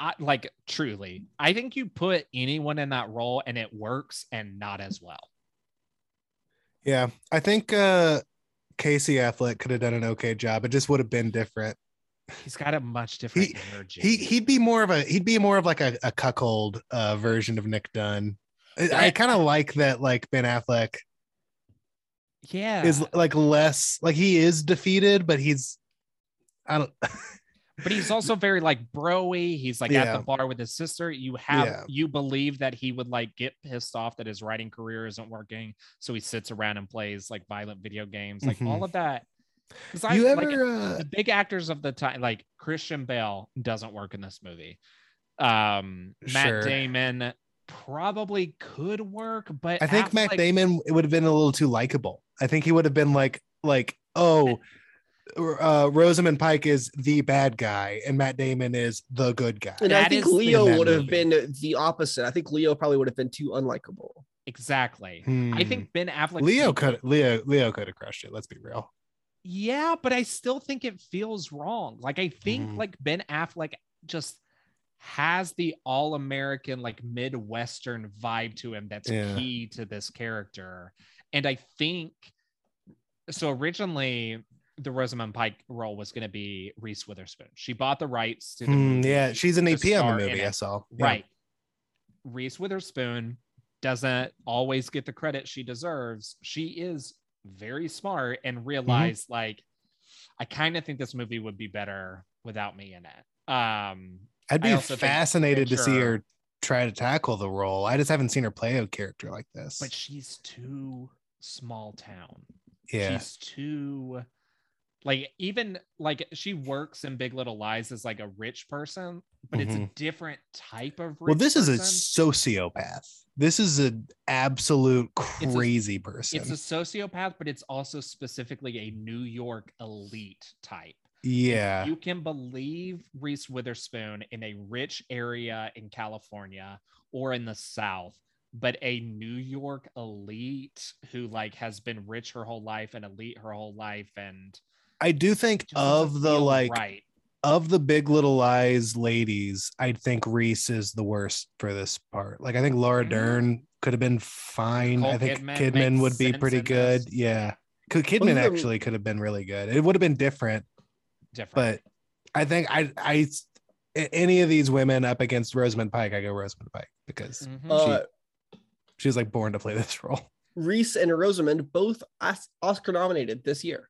A: I, like truly, I think you put anyone in that role and it works, and not as well.
B: Yeah, I think uh Casey Affleck could have done an okay job. It just would have been different.
A: He's got a much different energy.
B: He he'd be more of a he'd be more of like a, a cuckold uh, version of Nick Dunn. I- I
A: That-
B: kind of like that. Like Ben Affleck
A: yeah,
B: is like less like he is defeated, but he's I don't.
A: but he's also very like broy. He's like at
B: Yeah.
A: the bar with his sister. You have
B: Yeah.
A: you believe that he would like get pissed off that his writing career isn't working, so he sits around and plays like violent video games, like
B: Mhm.
A: all of that. 'Cause I-
B: you
A: like,
B: ever? uh,
A: the big actors of the time, like Christian Bale, doesn't work in this movie. Um, Matt
B: Sure.
A: Damon probably could work, but
B: I think Matt
A: Affleck-
B: Damon it would have been a little too likable. I think he would have been like like oh. Uh, Rosamund Pike is the bad guy, and Matt Damon is the good guy.
C: And I
A: That
C: think
A: is-
B: in
C: Leo
B: that
C: would have
B: movie.
C: been the opposite. I think Leo probably would have been too unlikable.
A: exactly. I
B: Hmm.
A: think Ben Affleck,
B: Leo could Leo Leo could have crushed it. Let's be real.
A: yeah, but I still think it feels wrong. Like I think
B: Mhm.
A: like Ben Affleck just has the all American like Midwestern vibe to him that's
B: Yeah.
A: key to this character, and I think so. Originally, the Rosamund Pike role was going to be Reese Witherspoon. She bought the rights to the
B: Hmm,
A: movie.
B: yeah, she's an
A: to
B: AP on
A: star
B: the
A: in
B: movie.
A: it.
B: I saw. Yeah.
A: Right. Reese Witherspoon doesn't always get the credit she deserves. She is very smart
B: Mm-hmm.
A: and realized like I kind of think this movie would be better without me in it. Um
B: I'd
A: I
B: be
A: also think
B: fascinated to see
A: Ventura-
B: her try to tackle the role. I just haven't seen her play a character like this.
A: but she's too small town.
B: yeah,
A: She's too like even like she works in Big Little Lies as like a rich person, but it's a different type of rich
B: Mm-hmm. well, this is a
A: person.
B: sociopath. This is an absolute
A: a-
B: crazy person.
A: it's a sociopath, but it's also specifically a New York elite type.
B: yeah,
A: You can believe Reese Witherspoon in a rich area in California or in the South, but a New York elite who like has been rich her whole life and elite her whole life and
B: I do think
A: just doesn't
B: of the
A: feel
B: like
A: right.
B: of the Big Little Lies ladies. I think Reese is the worst for this part. Like I think Laura
A: Mm.
B: Dern could have been fine.
A: Nicole
B: I think
A: Kidman
B: Kidman,
A: makes
B: would be
A: sense
B: pretty
A: in this.
B: good. Yeah. Could Kidman
C: the-
B: actually could have been really good. It would have been different,
A: Different.
B: but I think I I a- any of these women up against Rosamund Pike, I go Rosamund Pike because
A: Mhm.
C: Uh,
B: she was like born to play this role.
C: Reese and Rosamund both Os- Oscar nominated this year.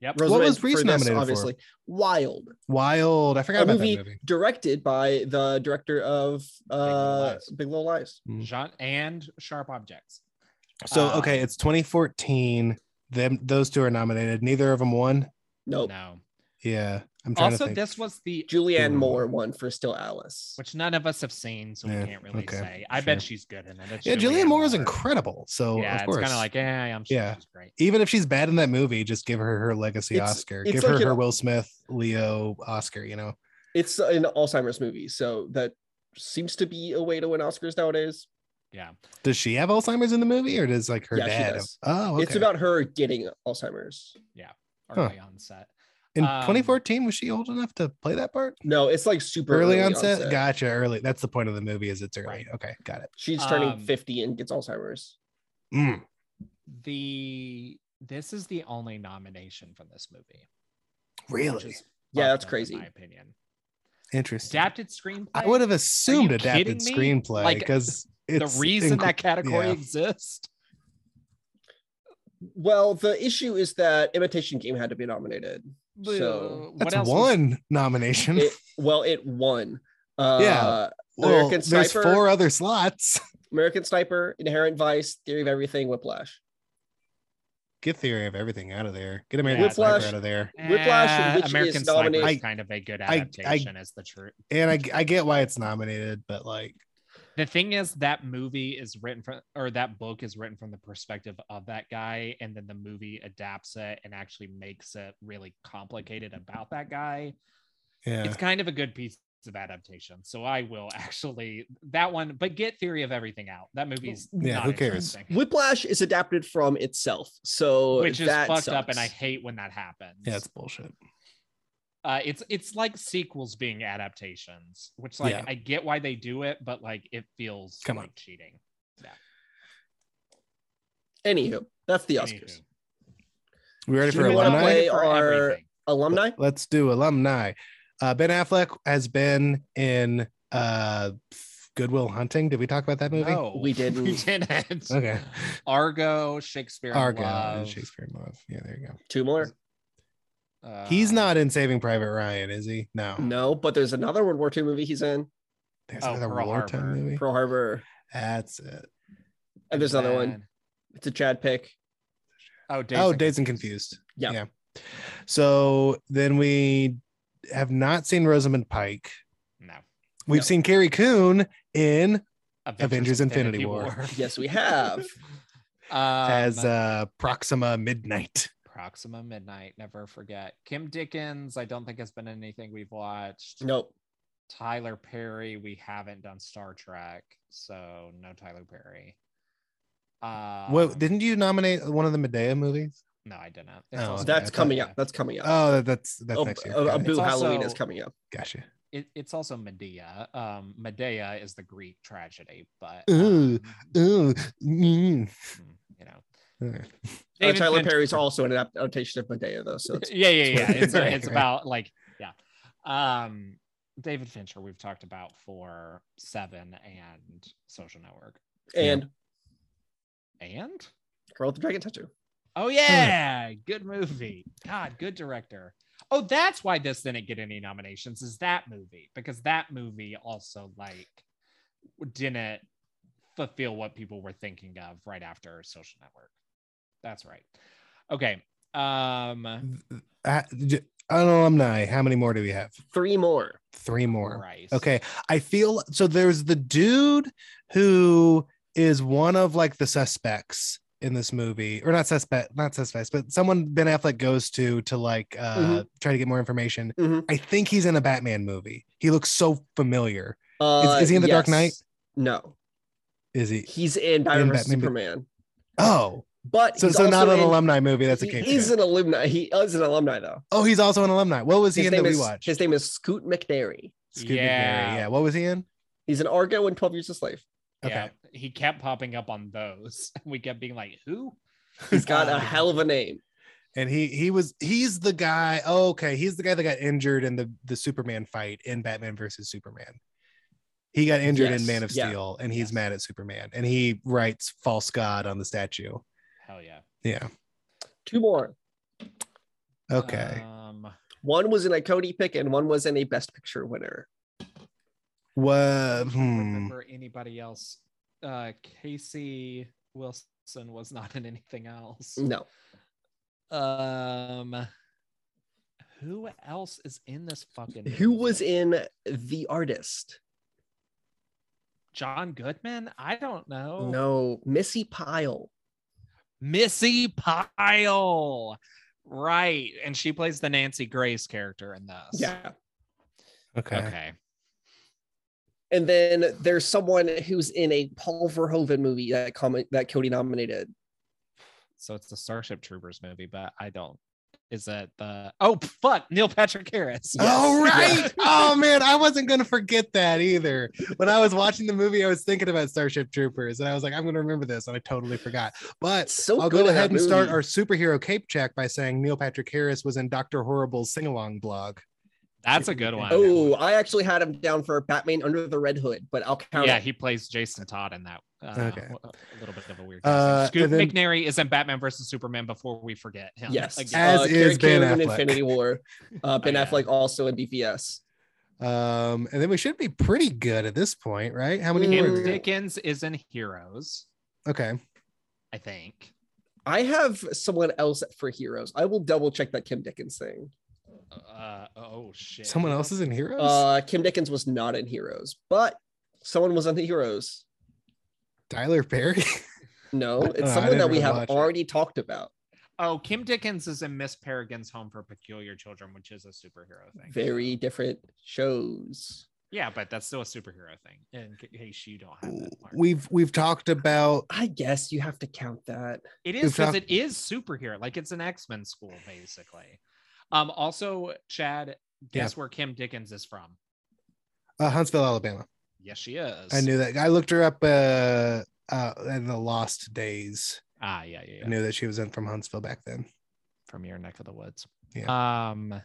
A: Yep.
B: What was
C: Rosamund for
B: Reese
C: this,
B: nominated for?
C: obviously. Wild,
B: Wild. I forgot
C: a
B: about
C: movie,
B: that movie.
C: directed by the director of uh,
A: Lies.
C: Big Little Lies.
A: Jean- and sharp objects.
B: So
C: Ah.
A: Uh,
B: okay, it's 2014. Them those two are nominated. Neither of them won.
C: Nope.
A: No.
B: Yeah. I'm Oh, trying to
A: Also,
B: think.
A: this was the
C: Julianne
B: Hmm.
C: Moore won for Still Alice.
A: which none of us have seen, so
B: Yeah,
A: we can't really
B: okay,
A: say. I bet she's good in it. It's
B: yeah, Julianne Moore is
A: Moore.
B: incredible. So
A: yeah,
B: Oh, of course,
A: it's kind of like, yeah, I'm sure
B: Yeah.
A: she's great.
B: even if she's bad in that movie, just give her her legacy
C: It's-
B: Oscar.
C: it's
B: Give
C: like
B: her
C: an-
B: her Will Smith, Leo Oscar. You know,
C: It's an Alzheimer's movie, so that seems to be a way to win Oscars nowadays.
A: Yeah.
B: Does she have Alzheimer's in the movie, or does like her
C: Yeah, she
B: dad?
C: does.
B: Oh, okay.
C: It's about her getting Alzheimer's.
A: Early on set.
B: in
A: um,
B: 2014. Was she old enough to play that part?
C: No, it's like super
B: Early,
C: early
B: on set?
C: onset.
B: Gotcha. Early. That's the point of the movie. Is it's early?
A: Right.
B: Okay, got it.
C: She's turning
A: Um,
C: 50 and gets Alzheimer's.
B: Mm.
A: The this is the only nomination from this movie. which
B: Really
A: is
C: Yeah,
A: fucked
C: that's
A: up,
C: crazy.
A: In my opinion.
B: interesting.
A: Adapted screenplay.
B: I would have assumed adapted
A: kidding me?
B: screenplay
A: Like,
B: because
A: the reason that category
B: yeah.
A: exists.
C: Well, the issue is that Imitation Game had to be nominated. So,
A: Uh, what
B: that's
A: else was-
B: one nomination.
C: It, well, it won. Uh,
B: Yeah. well,
C: American
B: there's
C: Sniper.
B: four other slots.
C: American Sniper, Inherent Vice, Theory of Everything, Whiplash.
B: Get Theory of Everything out of there. Get American
A: Yeah,
B: Sniper
C: Whiplash.
B: out of there.
C: Whiplash,
A: Eh,
C: which
A: American
C: is
A: Sniper is
C: nominated-
A: kind of a good
B: I- I-
A: adaptation, is the truth.
B: And I, I get why it's nominated, but like,
A: The thing is, that movie is written from, or that book is written from the perspective of that guy, and then the movie adapts it and actually makes it really complicated about that guy.
B: yeah,
A: It's kind of a good piece of adaptation. So I will actually that one, but get Theory of Everything out. That movie's
B: Yeah,
A: not
B: who cares?
A: interesting,
C: Whiplash is adapted from itself. So
A: Which is
C: that
A: fucked up, and I
C: sucks.
A: hate when that happens.
B: yeah, it's bullshit.
A: uh, it's it's like sequels being adaptations, which like
B: Yeah.
A: I get why they do it, but like it feels
B: Come
A: like
B: on.
A: cheating.
C: Anywho, that's the Oscars.
A: Anywho.
B: We ready
C: Do
B: for
C: we wanna
B: alumni?
C: play
A: Nominated for
C: our-
A: everything.
C: Alumni?
B: Let's do alumni. Uh, ben Affleck has been in uh, Goodwill Hunting. Did we talk about that movie?
A: No,
C: We didn't.
A: We didn't.
B: Okay.
A: Argo, Shakespeare, in
B: Argo,
A: Love.
B: Shakespeare in Love. Yeah, there you go.
C: Two more?
A: Uh,
B: He's not in Saving Private Ryan, is he? No.
C: No, but there's another World War II movie he's in,
B: There's
A: Oh,
B: another
A: Pearl
B: wartime
A: Harbor.
B: movie.
C: Pearl Harbor.
B: That's it.
C: And there's another one.
A: then-
C: It's a Chad pick.
A: Oh, Days
B: oh,
A: and
B: Days and Confused.
C: Yeah.
B: Yeah. So then we have not seen Rosamund Pike.
A: No.
B: We've
C: No.
B: seen Carrie Coon in Avengers Infinity War.
C: Yes, we have.
A: Um,
B: as uh, Proxima Midnight.
A: Proxima Midnight. Never forget. Kim Dickens. I don't think has been anything we've watched.
C: nope.
A: Tyler Perry, we haven't done Star Trek, so no Tyler Perry. Uh
B: what didn't you nominate one of the Medea movies?
A: no, I didn't.
B: Oh, okay, I
C: That's
B: thought-
C: coming up. That's coming up.
B: Oh, that, that's that's
C: Oh,
B: next year.
C: a, a
B: Got it.
C: Boo
A: It's also-
C: Halloween is coming up. Uh,
B: Gotcha.
A: It, it's also Medea. Um, Medea is the Greek tragedy, but
B: Ooh,
A: um,
B: Ooh, mm.
A: you know,
B: Okay.
C: Uh,
A: David
C: Tyler
A: Fincher-
C: Perry's also an adaptation of Medea, though. So it's,
A: yeah, yeah, yeah. It's,
B: Right,
A: it's
B: right.
A: about like yeah. Um, David Fincher, we've talked about for Seven and Social Network,
C: and
A: and
C: Girl with the Dragon Tattoo.
A: Oh yeah, good movie. God, good director. Oh, that's why this didn't get any nominations is that movie because that movie also like didn't fulfill what people were thinking of right after Social Network. That's right. Okay. Um
B: Uh, j- An alumni. How many more do we have?
C: Three more.
B: Three more.
A: Christ.
B: Okay. I feel so. There's the dude who is one of like the suspects in this movie, or not suspect, not suspects, but someone Ben Affleck goes to to like uh,
C: Mhm.
B: try to get more information.
C: Mhm.
B: I think he's in a Batman movie. He looks so familiar.
C: Uh,
B: is he in The Dark Knight?
C: No,
B: Is he?
C: he's in Batman
B: In
C: vs
B: Batman, but-
C: Superman.
B: Oh,
C: But
B: so
C: he's
B: so not
C: also
B: an
C: in-
B: alumni movie. That's a
C: He
B: cave.
C: is an alumni. He is an alumni though.
B: Oh, he's also an alumni. What was he
C: His
B: in
C: name
B: that
C: is
B: we watched?
C: his name is Scoot McNairy.
B: Scoot McNairy.
A: Yeah.
B: Yeah. What was he in?
C: He's an Argo in Twelve Years a Slave.
A: Yeah, he kept popping up on those. We kept being like, "Who?"
C: He's got a
A: Um,
C: hell of a name.
B: And he he was he's the guy. Oh, okay, he's the guy that got injured in the the Superman fight in Batman versus Superman. He got injured in
C: Yes,
B: Man of
C: yeah,
B: Steel, and he's
A: yes.
B: mad at Superman, and he writes "false god" on the statue.
A: Hell yeah.
B: Yeah.
C: Two more.
B: Okay.
C: Uh,
A: Um,
C: One was in a Cody pick, and one was in a Best Picture winner.
A: I
B: what?
A: can't
B: Hmm.
A: remember anybody else. Uh, Casey Wilson was not in anything else.
C: No,
A: Um, who else is in this fucking?
C: who was
A: movie?
C: in The Artist?
A: John Goodman? I don't know.
C: No, Missy Pyle.
A: Missy Pyle, right? And she plays the Nancy Grace character in this.
C: Yeah,
B: Okay.
A: Okay.
C: And then there's someone who's in a Paul Verhoeven movie that comment that Cody nominated.
A: So it's the Starship Troopers movie, but I don't. Is that the oh fuck Neil Patrick Harris?
C: Yes.
B: Oh right!
C: Yeah.
B: oh man, I wasn't gonna forget that either. When I was watching the movie, I was thinking about Starship Troopers, and I was like, I'm gonna remember this, and I totally forgot. But
C: It's so
B: I'll
C: good
B: go
C: in
B: ahead
C: that
B: and start
C: movie.
B: our superhero cape check by saying Neil Patrick Harris was in Doctor Horrible's sing along blog.
A: That's a good one.
C: Oh, I actually had him down for Batman Under the Red Hood, but I'll count.
A: yeah,
C: Yeah,
A: he plays Jason Todd in that. Uh,
B: Okay.
A: A little bit of a weird.
B: Uh,
A: Scoop
B: and then-
A: McNary is in Batman versus Superman before we forget him.
C: yes.
A: Again.
B: As
C: uh,
B: is
C: Carrie
B: Ben
C: Coon in
B: Affleck.
C: Infinity War. Uh, Ben
A: yeah.
C: Affleck also in BVS.
B: Um, and then we should be pretty good at this point, right? How many?
C: Mm.
B: more?
A: Kim
C: Weird.
A: Dickens is in Heroes,
B: Okay.
A: I think.
C: I have someone else for heroes. I will double check that Kim Dickens thing.
A: Uh, oh shit.
B: Someone else is in Heroes.
C: Uh, Kim Dickens was not in Heroes, but someone was on the Heroes.
B: Tyler Perry.
C: No,
B: Oh,
C: it's
B: I
C: someone that
B: didn't
C: we
B: really
C: have
B: watch it.
C: already talked about.
A: Oh, Kim Dickens is in Miss Peregrine's Home for Peculiar Children, which is a superhero thing.
C: Very different shows.
A: Yeah, but that's still a superhero thing. In c- case you don't have that part.
B: we've we've talked about
C: I guess you have to count that.
A: It
B: We've
A: is because
B: talked-
A: it is superhero, like it's an X Men school basically. Um. Also, Chad, guess where Kim Dickens is from?
B: uh, Huntsville, Alabama.
A: Yes, she is.
B: I knew that. I looked her up uh, uh, in the Lost Days.
A: Ah, yeah, yeah,
B: I
A: yeah.
B: knew that she was in from Huntsville back then.
A: From your neck of the woods. Um.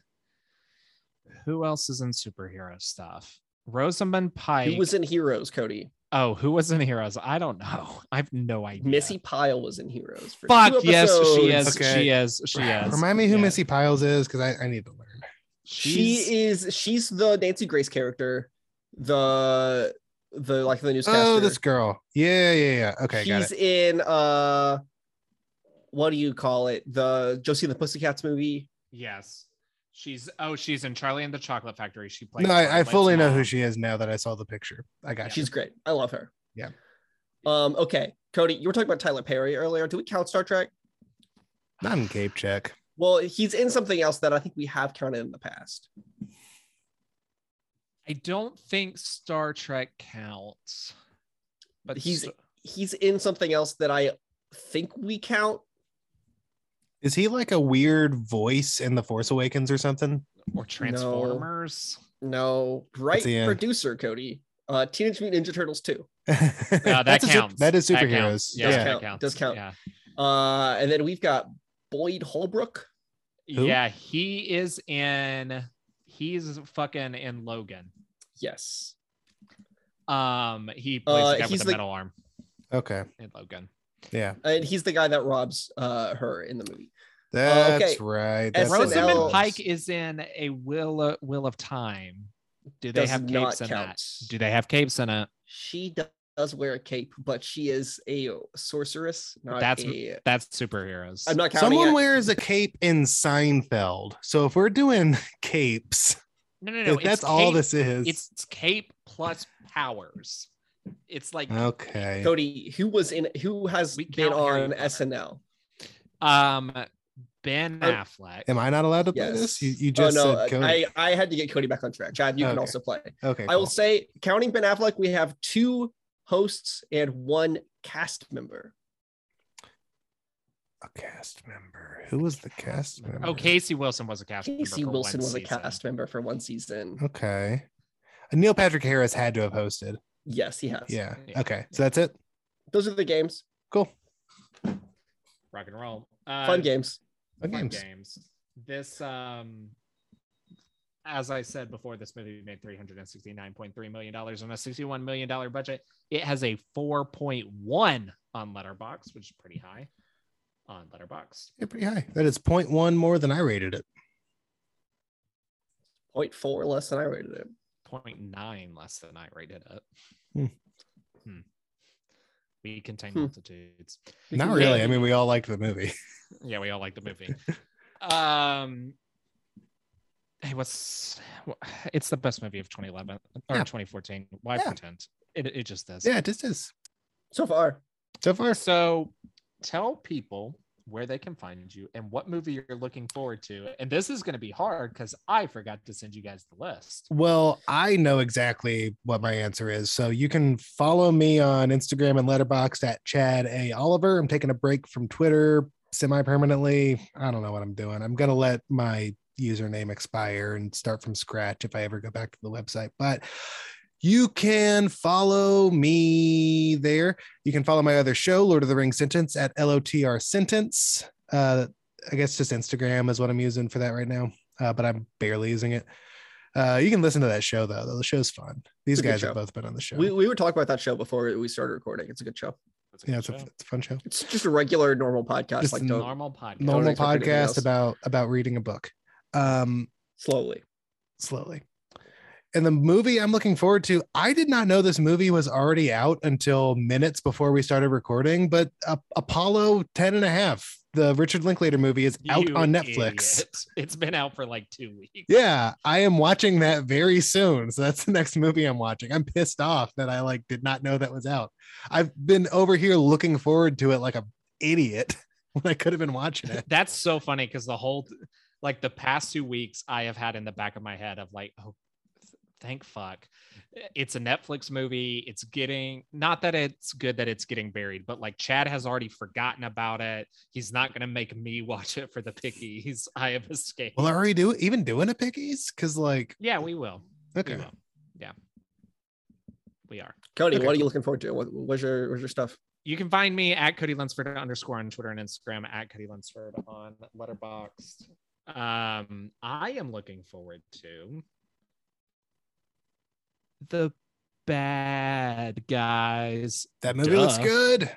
A: Who else is in superhero stuff? Rosamund Pike.
C: Who was in Heroes, Cody?
A: oh, who was in Heroes? I don't know. I have no idea.
C: Missy Pyle was in Heroes. For two
A: Fuck yes, she
C: episodes.
A: is.
B: Okay.
A: She is. She is.
B: Remind me who
A: Yeah.
B: Missy Piles is because I, I need to learn.
A: She's-
C: She is. She's the Nancy Grace character. The the like the newscaster.
B: Oh, this girl. Yeah, yeah, yeah. Okay, got
C: She's
B: it.
C: in uh, what do you call it? The Josie and the Pussycats movie.
A: Yes. She's oh, she's in Charlie and the Chocolate Factory. She plays.
B: No, I, I
A: Charlotte's
B: fully know
A: mom.
B: who she is now that I saw the picture. I got you.
C: She's great. I love her.
B: Yeah.
C: Um. Okay, Cody, you were talking about Tyler Perry earlier. Do we count Star Trek?
B: Not in Cape Check.
C: Well, he's in something else that I think we have counted in the past.
A: I don't think Star Trek counts. But
C: He's-
A: he's
C: He's in something else that I think we count.
B: Is he like a weird voice in The Force Awakens or something?
A: or Transformers.
C: No, right
B: the end.
C: producer Cody. Uh, Teenage Mutant Ninja Turtles 2.
A: No, that
B: That's a sup-
A: counts.
B: that is superheroes.
A: counts. Yeah,
B: yeah.
C: Does
A: that
C: count.
A: counts.
C: Does count.
A: Yeah.
C: Uh, and then we've got Boyd Holbrook.
B: Who?
A: yeah, he is in. He's fucking in Logan.
C: Yes.
A: Um, he plays
C: Uh,
A: the guy
C: he's
A: with the
C: the-
A: metal arm
B: Okay.
A: in Logan.
B: Yeah.
C: And he's the guy that robs uh, her in the movie.
B: That's
C: okay.
B: right. That's
C: As
B: what it
C: Rosamund
A: Rosamund
B: was.
A: Pike is in a Will Will of Time. Do they
C: Does
A: have
C: not
A: capes in
C: count.
A: that? Do they have capes in it?
C: She do- does wear a cape, but she is a sorceress. Not
A: That's-
C: a,
A: That's superheroes.
C: I'm not counting
B: Someone
C: it.
B: wears a cape in Seinfeld. So if we're doing capes,
A: no, no, no.
B: if that's
A: it's
B: all
A: cape-
B: this is.
A: It's cape plus powers. It's like
B: Uh, okay.
C: Cody, who was in, who has
A: We
C: been
A: count Harry
C: on
A: Potter.
C: SNL?
A: um Ben
C: Oh.
A: Affleck.
B: Am I not allowed to play
C: Yes.
B: this? You, you just
C: oh, no,
B: said Cody. Oh,
C: I, I had to get Cody back on track. Chad, you can
B: Okay.
C: also play.
B: okay.
C: I will
B: cool.
C: say, counting Ben Affleck, we have two hosts and one cast member.
B: a cast member. Who was the cast member?
A: Oh, Casey Wilson was a cast. member
C: Casey
A: for
C: Wilson
A: one
C: was a
A: season.
C: cast member for one season.
B: Okay. Neil Patrick Harris had to have hosted.
C: Yes, he has.
B: Yeah.
A: Yeah.
B: Okay. So that's it.
C: Those are the games.
B: Cool.
A: Rock and roll. Uh,
C: Fun games.
B: Fun
A: fun
B: games.
A: games. This, um, as I said before, this movie made three hundred and sixty-nine point three million dollars on a sixty-one million dollar budget. It has a four point one on Letterbox, which is pretty high on Letterbox.
B: Yeah, pretty high. That is 0.1 more than I rated it.
C: Point four less than I rated it.
A: 0.9 less than I rated it.
B: Hmm.
A: Hmm. We contain
C: Hmm.
A: multitudes.
B: Not
C: Yeah.
B: really. I mean, we all liked the movie.
A: Yeah, we all like the movie. um, hey, what's it's the best movie of 2011 or
B: Yeah.
A: 2014? Why
B: Yeah.
A: pretend? It, it just is.
B: yeah, it just is.
C: So far,
B: So far.
A: So tell people where they can find you, and what movie you're looking forward to. And this is going to be hard because I forgot to send you guys the list.
B: Well, I know exactly what my answer is. So you can follow me on Instagram and Letterboxd at Chad A. Oliver. I'm taking a break from Twitter semi permanently. I don't know what I'm doing. I'm going to let my username expire and start from scratch if I ever go back to the website. But you can follow me there. You can follow my other show, Lord of the Rings Sentence, at LOTR Sentence. Uh, I guess just Instagram is what I'm using for that right now, uh, but I'm barely using it. Uh, you can listen to that show though. The show's fun. These
C: It's a good
B: guys
C: show.
B: have both been on the show.
C: We, we were talking about that show before we started recording. It's a good show.
A: That's
B: yeah, it's a,
A: good show.
B: it's a fun show.
C: It's just a regular, normal podcast.
B: Just
C: like
B: a
C: don't
A: normal podcast.
B: Normal
C: expect anything
B: podcast
C: else.
B: about about reading a book. Um,
C: slowly.
B: slowly. And the movie I'm looking forward to, I did not know this movie was already out until minutes before we started recording, but uh, Apollo 10 and a half, the Richard Linklater movie, is out
A: You
B: on Netflix.
A: idiot. It's been out for like two weeks.
B: Yeah, I am watching that very soon. So that's the next movie I'm watching. I'm pissed off that I like did not know that was out. I've been over here looking forward to it like a idiot when I could have been watching it.
A: That's so funny because the whole, like the past two weeks, I have had in the back of my head of like, oh, th- thank fuck, it's a Netflix movie. It's getting not that it's good that it's getting buried, but like Chad has already forgotten about it. He's not gonna make me watch it for the pickies. I have escaped.
B: Well, are we do even doing a pickies? Because like,
A: yeah, we will.
B: okay.
A: We will. Yeah, we are.
C: Cody,
B: Okay.
C: what are you looking forward to? What, what's your what's your stuff?
A: you can find me at Cody Lunsford underscore on Twitter and Instagram at Cody Lunsford on Letterboxd. Um, I am looking forward to the bad guys.
B: That movie looks
A: Duh.
B: good.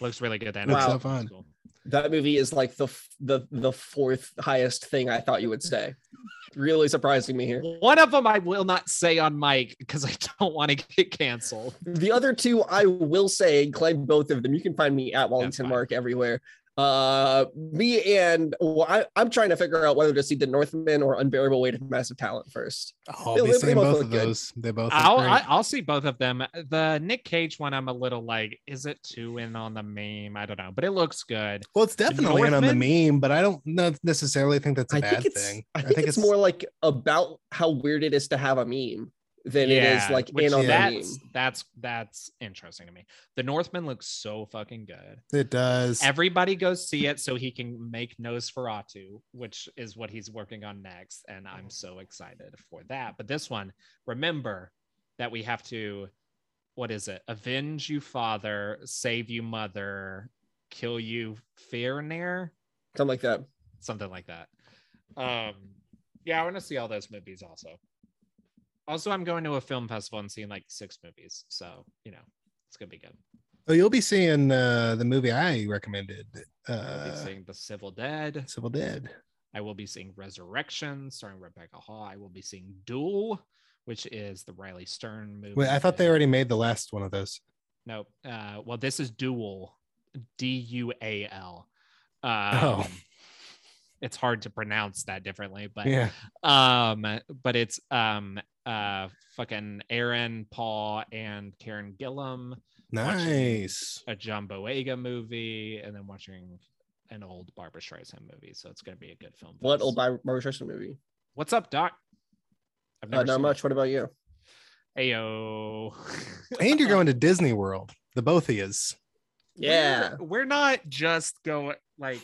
A: Looks really good. That
C: Looks so
A: That's
B: fun.
A: cool.
C: That movie is like the f- the the fourth highest thing I thought you would say. really surprising me here.
A: One of them I will not say on mic because I don't want to get canceled.
C: The other two I will say and claim both of them. You can find me at Wellington
A: fine.
C: Mark everywhere. Uh, me and well, I, I'm trying to figure out whether to see The Northman or Unbearable Weight of Massive Talent first.
B: I'll
C: They-
B: be
C: they- they
B: seeing
C: both
B: both
C: look
B: of
C: good.
B: those. They both.
A: I'll
B: look
A: I,
B: great.
A: I'll see both of them. The Nick Cage one, I'm a little like, is it too in on the meme? I don't know, but it looks good.
B: well, it's definitely in on the
A: Northman?
B: meme, but I don't no- necessarily think that's a
C: I
B: bad
C: think it's
B: thing.
C: I think, it's, more like about how weird it is to have a meme than it is like
A: which
C: in on the meme.
A: that's, That's that's interesting to me. The Northman looks so fucking good.
B: It does.
A: Everybody go see it so he can make Nosferatu, which is what he's working on next, and I'm so excited for that. But this one, remember that we have to, what is it? Avenge you, father. Save you, mother. Kill you, fear near
C: Something like that.
A: something like that. Um, yeah, I want to see all those movies also. Also, I'm going to a film festival and seeing like six movies, so you know it's gonna be good.
B: Oh, you'll be seeing uh, the movie I recommended,
A: I'll be
B: uh,
A: seeing The Civil Dead.
B: Civil Dead.
A: I will be seeing Resurrection, starring Rebecca Hall. I will be seeing Duel, which is the Riley Stern movie.
B: Wait, I thought they already made the last one of those.
A: No, uh, well, this is Duel, D U A L. Um,
B: Oh.
A: it's hard to pronounce that differently, but
B: yeah,
A: um but it's um uh fucking aaron paul and karen gillum watching-
B: nice.
A: a john boyega movie and then watching an old barbara streisand movie so it's going to be a good film
C: What
A: fest.
C: old Bar- Barbara Streisand movie?
A: what's up doc i've
C: Uh, not
A: seen
C: much. What about you?
A: it. ayo
B: And you're going to Disney World. The both of you.
C: Yeah.
A: we're, we're not just going like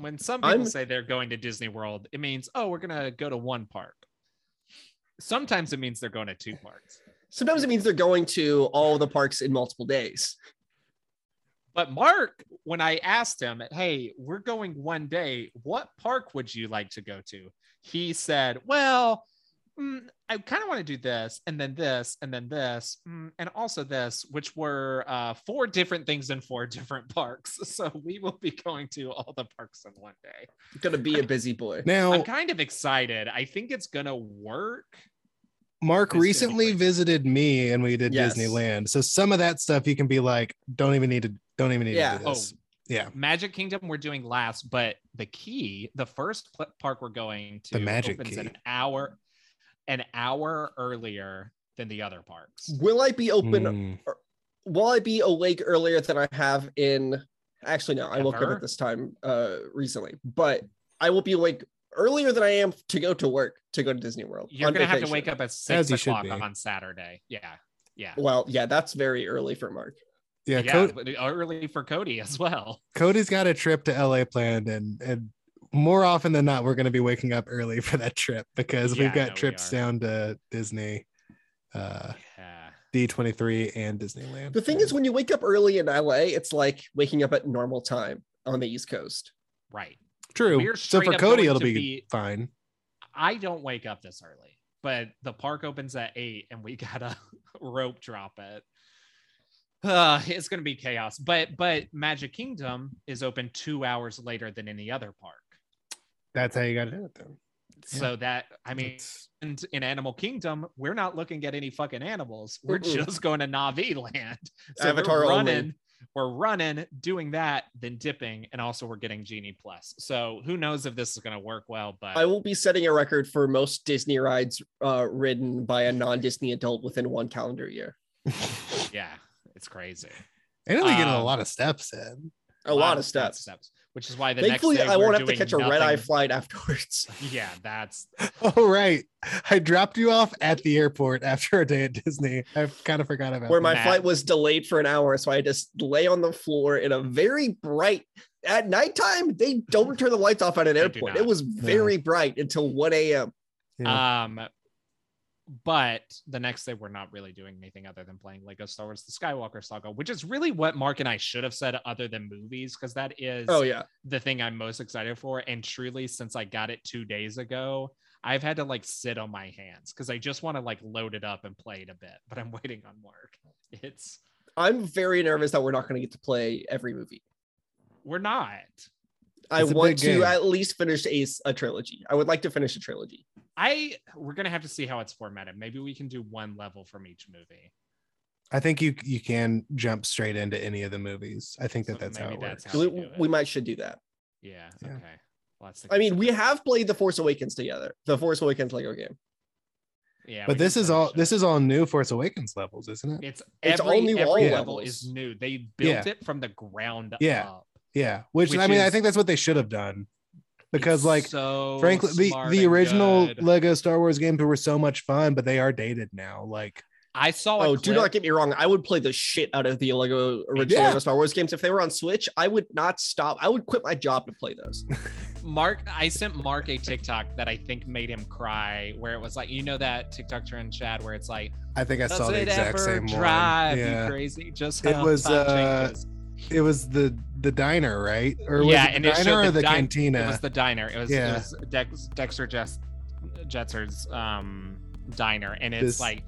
A: when some people
C: I'm-
A: say they're going to disney world it means oh we're gonna go to one park sometimes it means they're going to two parks
C: Sometimes it means they're going to all the parks in multiple days.
A: But Mark, when I asked him, hey, we're going one day, what park would you like to go to? He said, well, mm, I kind of want to do this, and then this, and then this, mm, and also this, which were uh, four different things in four different parks. So we will be going to all the parks in one day.
C: Gonna be a busy boy.
A: I'm
B: Now,
A: kind of excited. I think it's going to work.
B: Mark
A: It's gonna be
B: recently
A: great.
B: visited me, and we did
C: Yes.
B: Disneyland. So some of that stuff you can be like, don't even need to, don't even need
C: Yeah.
B: to do
A: Oh,
B: this. yeah,
A: Magic Kingdom we're doing last, but the key, the first pl- park we're going to
B: The Magic
A: opens
B: Key.
A: an hour an hour earlier than the other parks.
C: Will I be Oh. open?
B: Mm.
C: Will I be awake earlier than I have in Actually, no, I woke up
A: Ever?
C: at this time uh recently, but I will be awake earlier than I am to go to work to go to Disney World.
A: You're
C: on
A: gonna have to
C: vacation.
A: wake up at six
B: As you should
A: o'clock
B: be.
A: on Saturday. Yeah, yeah,
C: Well, yeah, that's very early for Mark.
B: Yeah,
A: yeah.
B: Cody,
A: but early for Cody as well.
B: Cody's got a trip to LA planned, and and more often than not, we're going to be waking up early for that trip because
A: Yeah,
B: we've got
A: no, we
B: trips
A: are.
B: down to Disney, uh,
A: Yeah.
B: D23, and Disneyland.
C: The thing is, when you wake up early in LA, it's like waking up at normal time on the East Coast.
A: Right.
B: true.
A: we're
B: So for
A: straight up
B: Cody,
A: going
B: it'll
A: to
B: be,
A: be-
B: fine.
A: I don't wake up this early, but the park opens at eight and we got to rope drop it. Uh, it's going to be chaos. But but Magic Kingdom is open two hours later than any other park.
B: That's how you got to do it, then.
A: So that I mean,
B: That's-
A: and in Animal Kingdom, we're not looking at any fucking animals. We're
C: Mm-mm.
A: just going to Navi Land. So
C: Avatar
A: we're
C: only.
A: running, we're running, doing that, then dipping, and also we're getting Genie Plus. So who knows if this is going to work well? But
C: I will be setting a record for most Disney rides uh, ridden by a non-Disney adult within one calendar year.
A: yeah, it's crazy.
B: and it'll be getting a
A: Um,
B: lot of steps in.
C: A lot of steps.
A: which is why the
C: Thankfully,
A: next day
C: I
A: we're
C: won't have to
A: doing
C: catch a red eye
A: nothing.
C: flight afterwards.
A: Yeah, that's
B: Oh right, I dropped you off at the airport after a day at Disney. I kind of forgot about
C: Where
B: that.
C: my
A: Matt.
C: flight was delayed for an hour, so I just lay on the floor in a very bright. At nighttime, they don't turn the lights off at an
A: They do
C: airport.
A: not.
C: It was very bright until 1 a.m.
B: Yeah.
A: um. But the next day, we're not really doing anything other than playing Lego Star Wars: The Skywalker Saga, which is really what Mark and I should have said, other than movies, because that is
C: Oh yeah,
A: the thing I'm most excited for. And truly, since I got it two days ago, I've had to like sit on my hands because I just want to like load it up and play it a bit. But I'm waiting on Mark. It's
C: I'm very nervous that we're not going to get to play every movie.
A: we're not.
C: I
B: It's a big
C: want to
B: game.
C: at least finish a, a trilogy. I would like to finish a trilogy.
A: I we're gonna have to see how it's formatted. Maybe we can do one level from each movie.
B: I think you you can jump straight into any of the movies. I think that
A: So
B: that's how
A: maybe
B: it
A: that's
B: works.
A: how-
C: we,
A: do it.
C: we might should do that.
A: Yeah.
B: Yeah.
A: Okay. Well, that's the
C: I mean, we
A: consider-
C: have played the Force Awakens together, the Force Awakens Lego game.
A: Yeah.
B: but
A: we
B: this
A: can
B: is all
A: finish
B: this
A: it.
B: is all new Force Awakens levels, isn't it?
A: It's
C: It's
A: every,
C: all new
A: every
C: all
A: level
C: levels.
A: is new. They built it from the ground
B: Yeah.
A: up.
B: Yeah, which,
A: Which
B: I mean, I
A: is-
B: think that's what they should have done, because
A: It's
B: like
A: so
B: frankly, the
A: smart
B: the
A: and
B: original
A: good.
B: Lego Star Wars games were so much fun, but they are dated now. Like
A: I saw.
C: Oh,
A: a
C: do
A: clip-
C: not get me wrong. I would play the shit out of the Lego original
B: Yeah.
C: Lego Star Wars games if they were on Switch. I would not stop. I would quit my job to play those.
A: Mark, I sent Mark a TikTok that I think made him cry, where it was like, you know, that TikTok trend, Chad, where it's like,
B: I think I
A: does
B: saw the
A: it
B: exact
A: ever
B: same
A: drive
B: one.
A: you
B: Yeah,
A: crazy? Just
B: It
A: how
B: was,
A: time
B: uh,
A: changes.
B: it was the the diner, right? Or was
A: Yeah,
B: it
A: and
B: the
A: it showed
B: diner or
A: the
B: the
A: din-
B: cantina?
A: It was the diner. It was, it
B: Yeah.
A: was Dex, Dexter Jess, Jetzer's um, diner, and it's
B: This-
A: like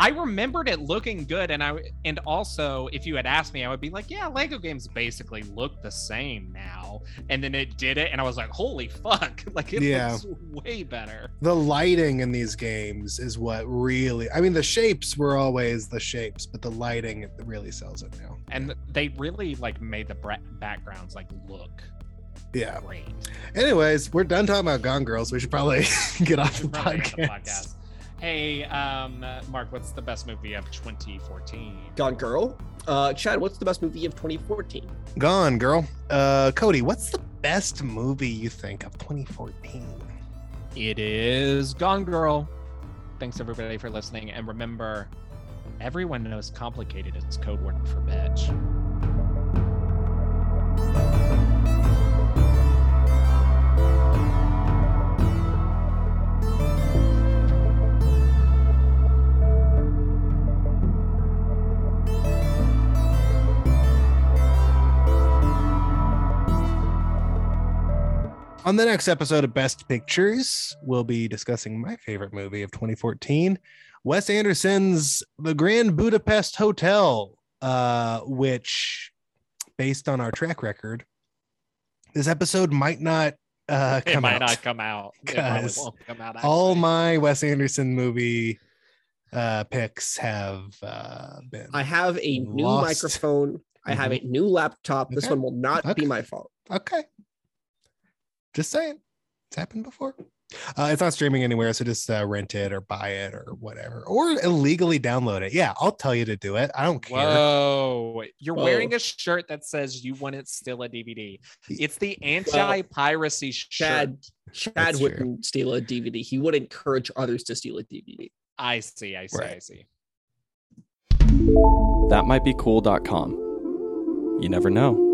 A: I remembered it looking good, and I w- and also if you had asked me, I would be like, yeah, Lego games basically look the same now, and then it did it, and I was like, holy fuck, like it
B: Yeah.
A: looks way better.
B: the lighting in these games is what really i mean the shapes were always the shapes but the lighting really sells it now
A: And they really like made the bra- backgrounds like look
B: yeah
A: great.
B: anyways we're done talking about gone girls we should probably get off the
A: Should probably end
B: podcast,
A: the podcast. Hey, um, Mark, what's the best movie of 2014?
C: Gone Girl. Uh, Chad, what's the best movie of 2014?
B: gone girl uh cody what's the best movie you think of 2014
A: It is Gone Girl. Thanks everybody for listening. And remember, everyone knows complicated is code word for bitch.
B: on the next episode of best pictures we'll be discussing my favorite movie of 2014 wes anderson's the grand budapest hotel uh, which, based on our track record, this episode might not uh,
A: it
B: come
A: might
B: out.
A: not come out. It probably
B: Guys,
A: won't come out.
B: All
A: actually.
B: my Wes Anderson movie uh, picks have uh, been.
C: I have a new
B: Lost. Mm-hmm.
C: microphone. I have a new laptop. This
B: Okay.
C: one will not
B: Okay.
C: be my fault.
B: okay. Just saying. It's happened before. Uh, it's not streaming anywhere, so just uh, rent it or buy it or whatever, or illegally download it. Yeah, I'll tell you to do it. I don't care.
A: Whoa. You're
C: Whoa.
A: wearing a shirt that says you want it still a DVD. It's the anti piracy shirt.
C: Chad Chad
B: That's true.
C: wouldn't steal a DVD. He would encourage others to steal a DVD.
A: I see. I see.
B: Right.
A: I see.
D: That might be cool.com. You never know.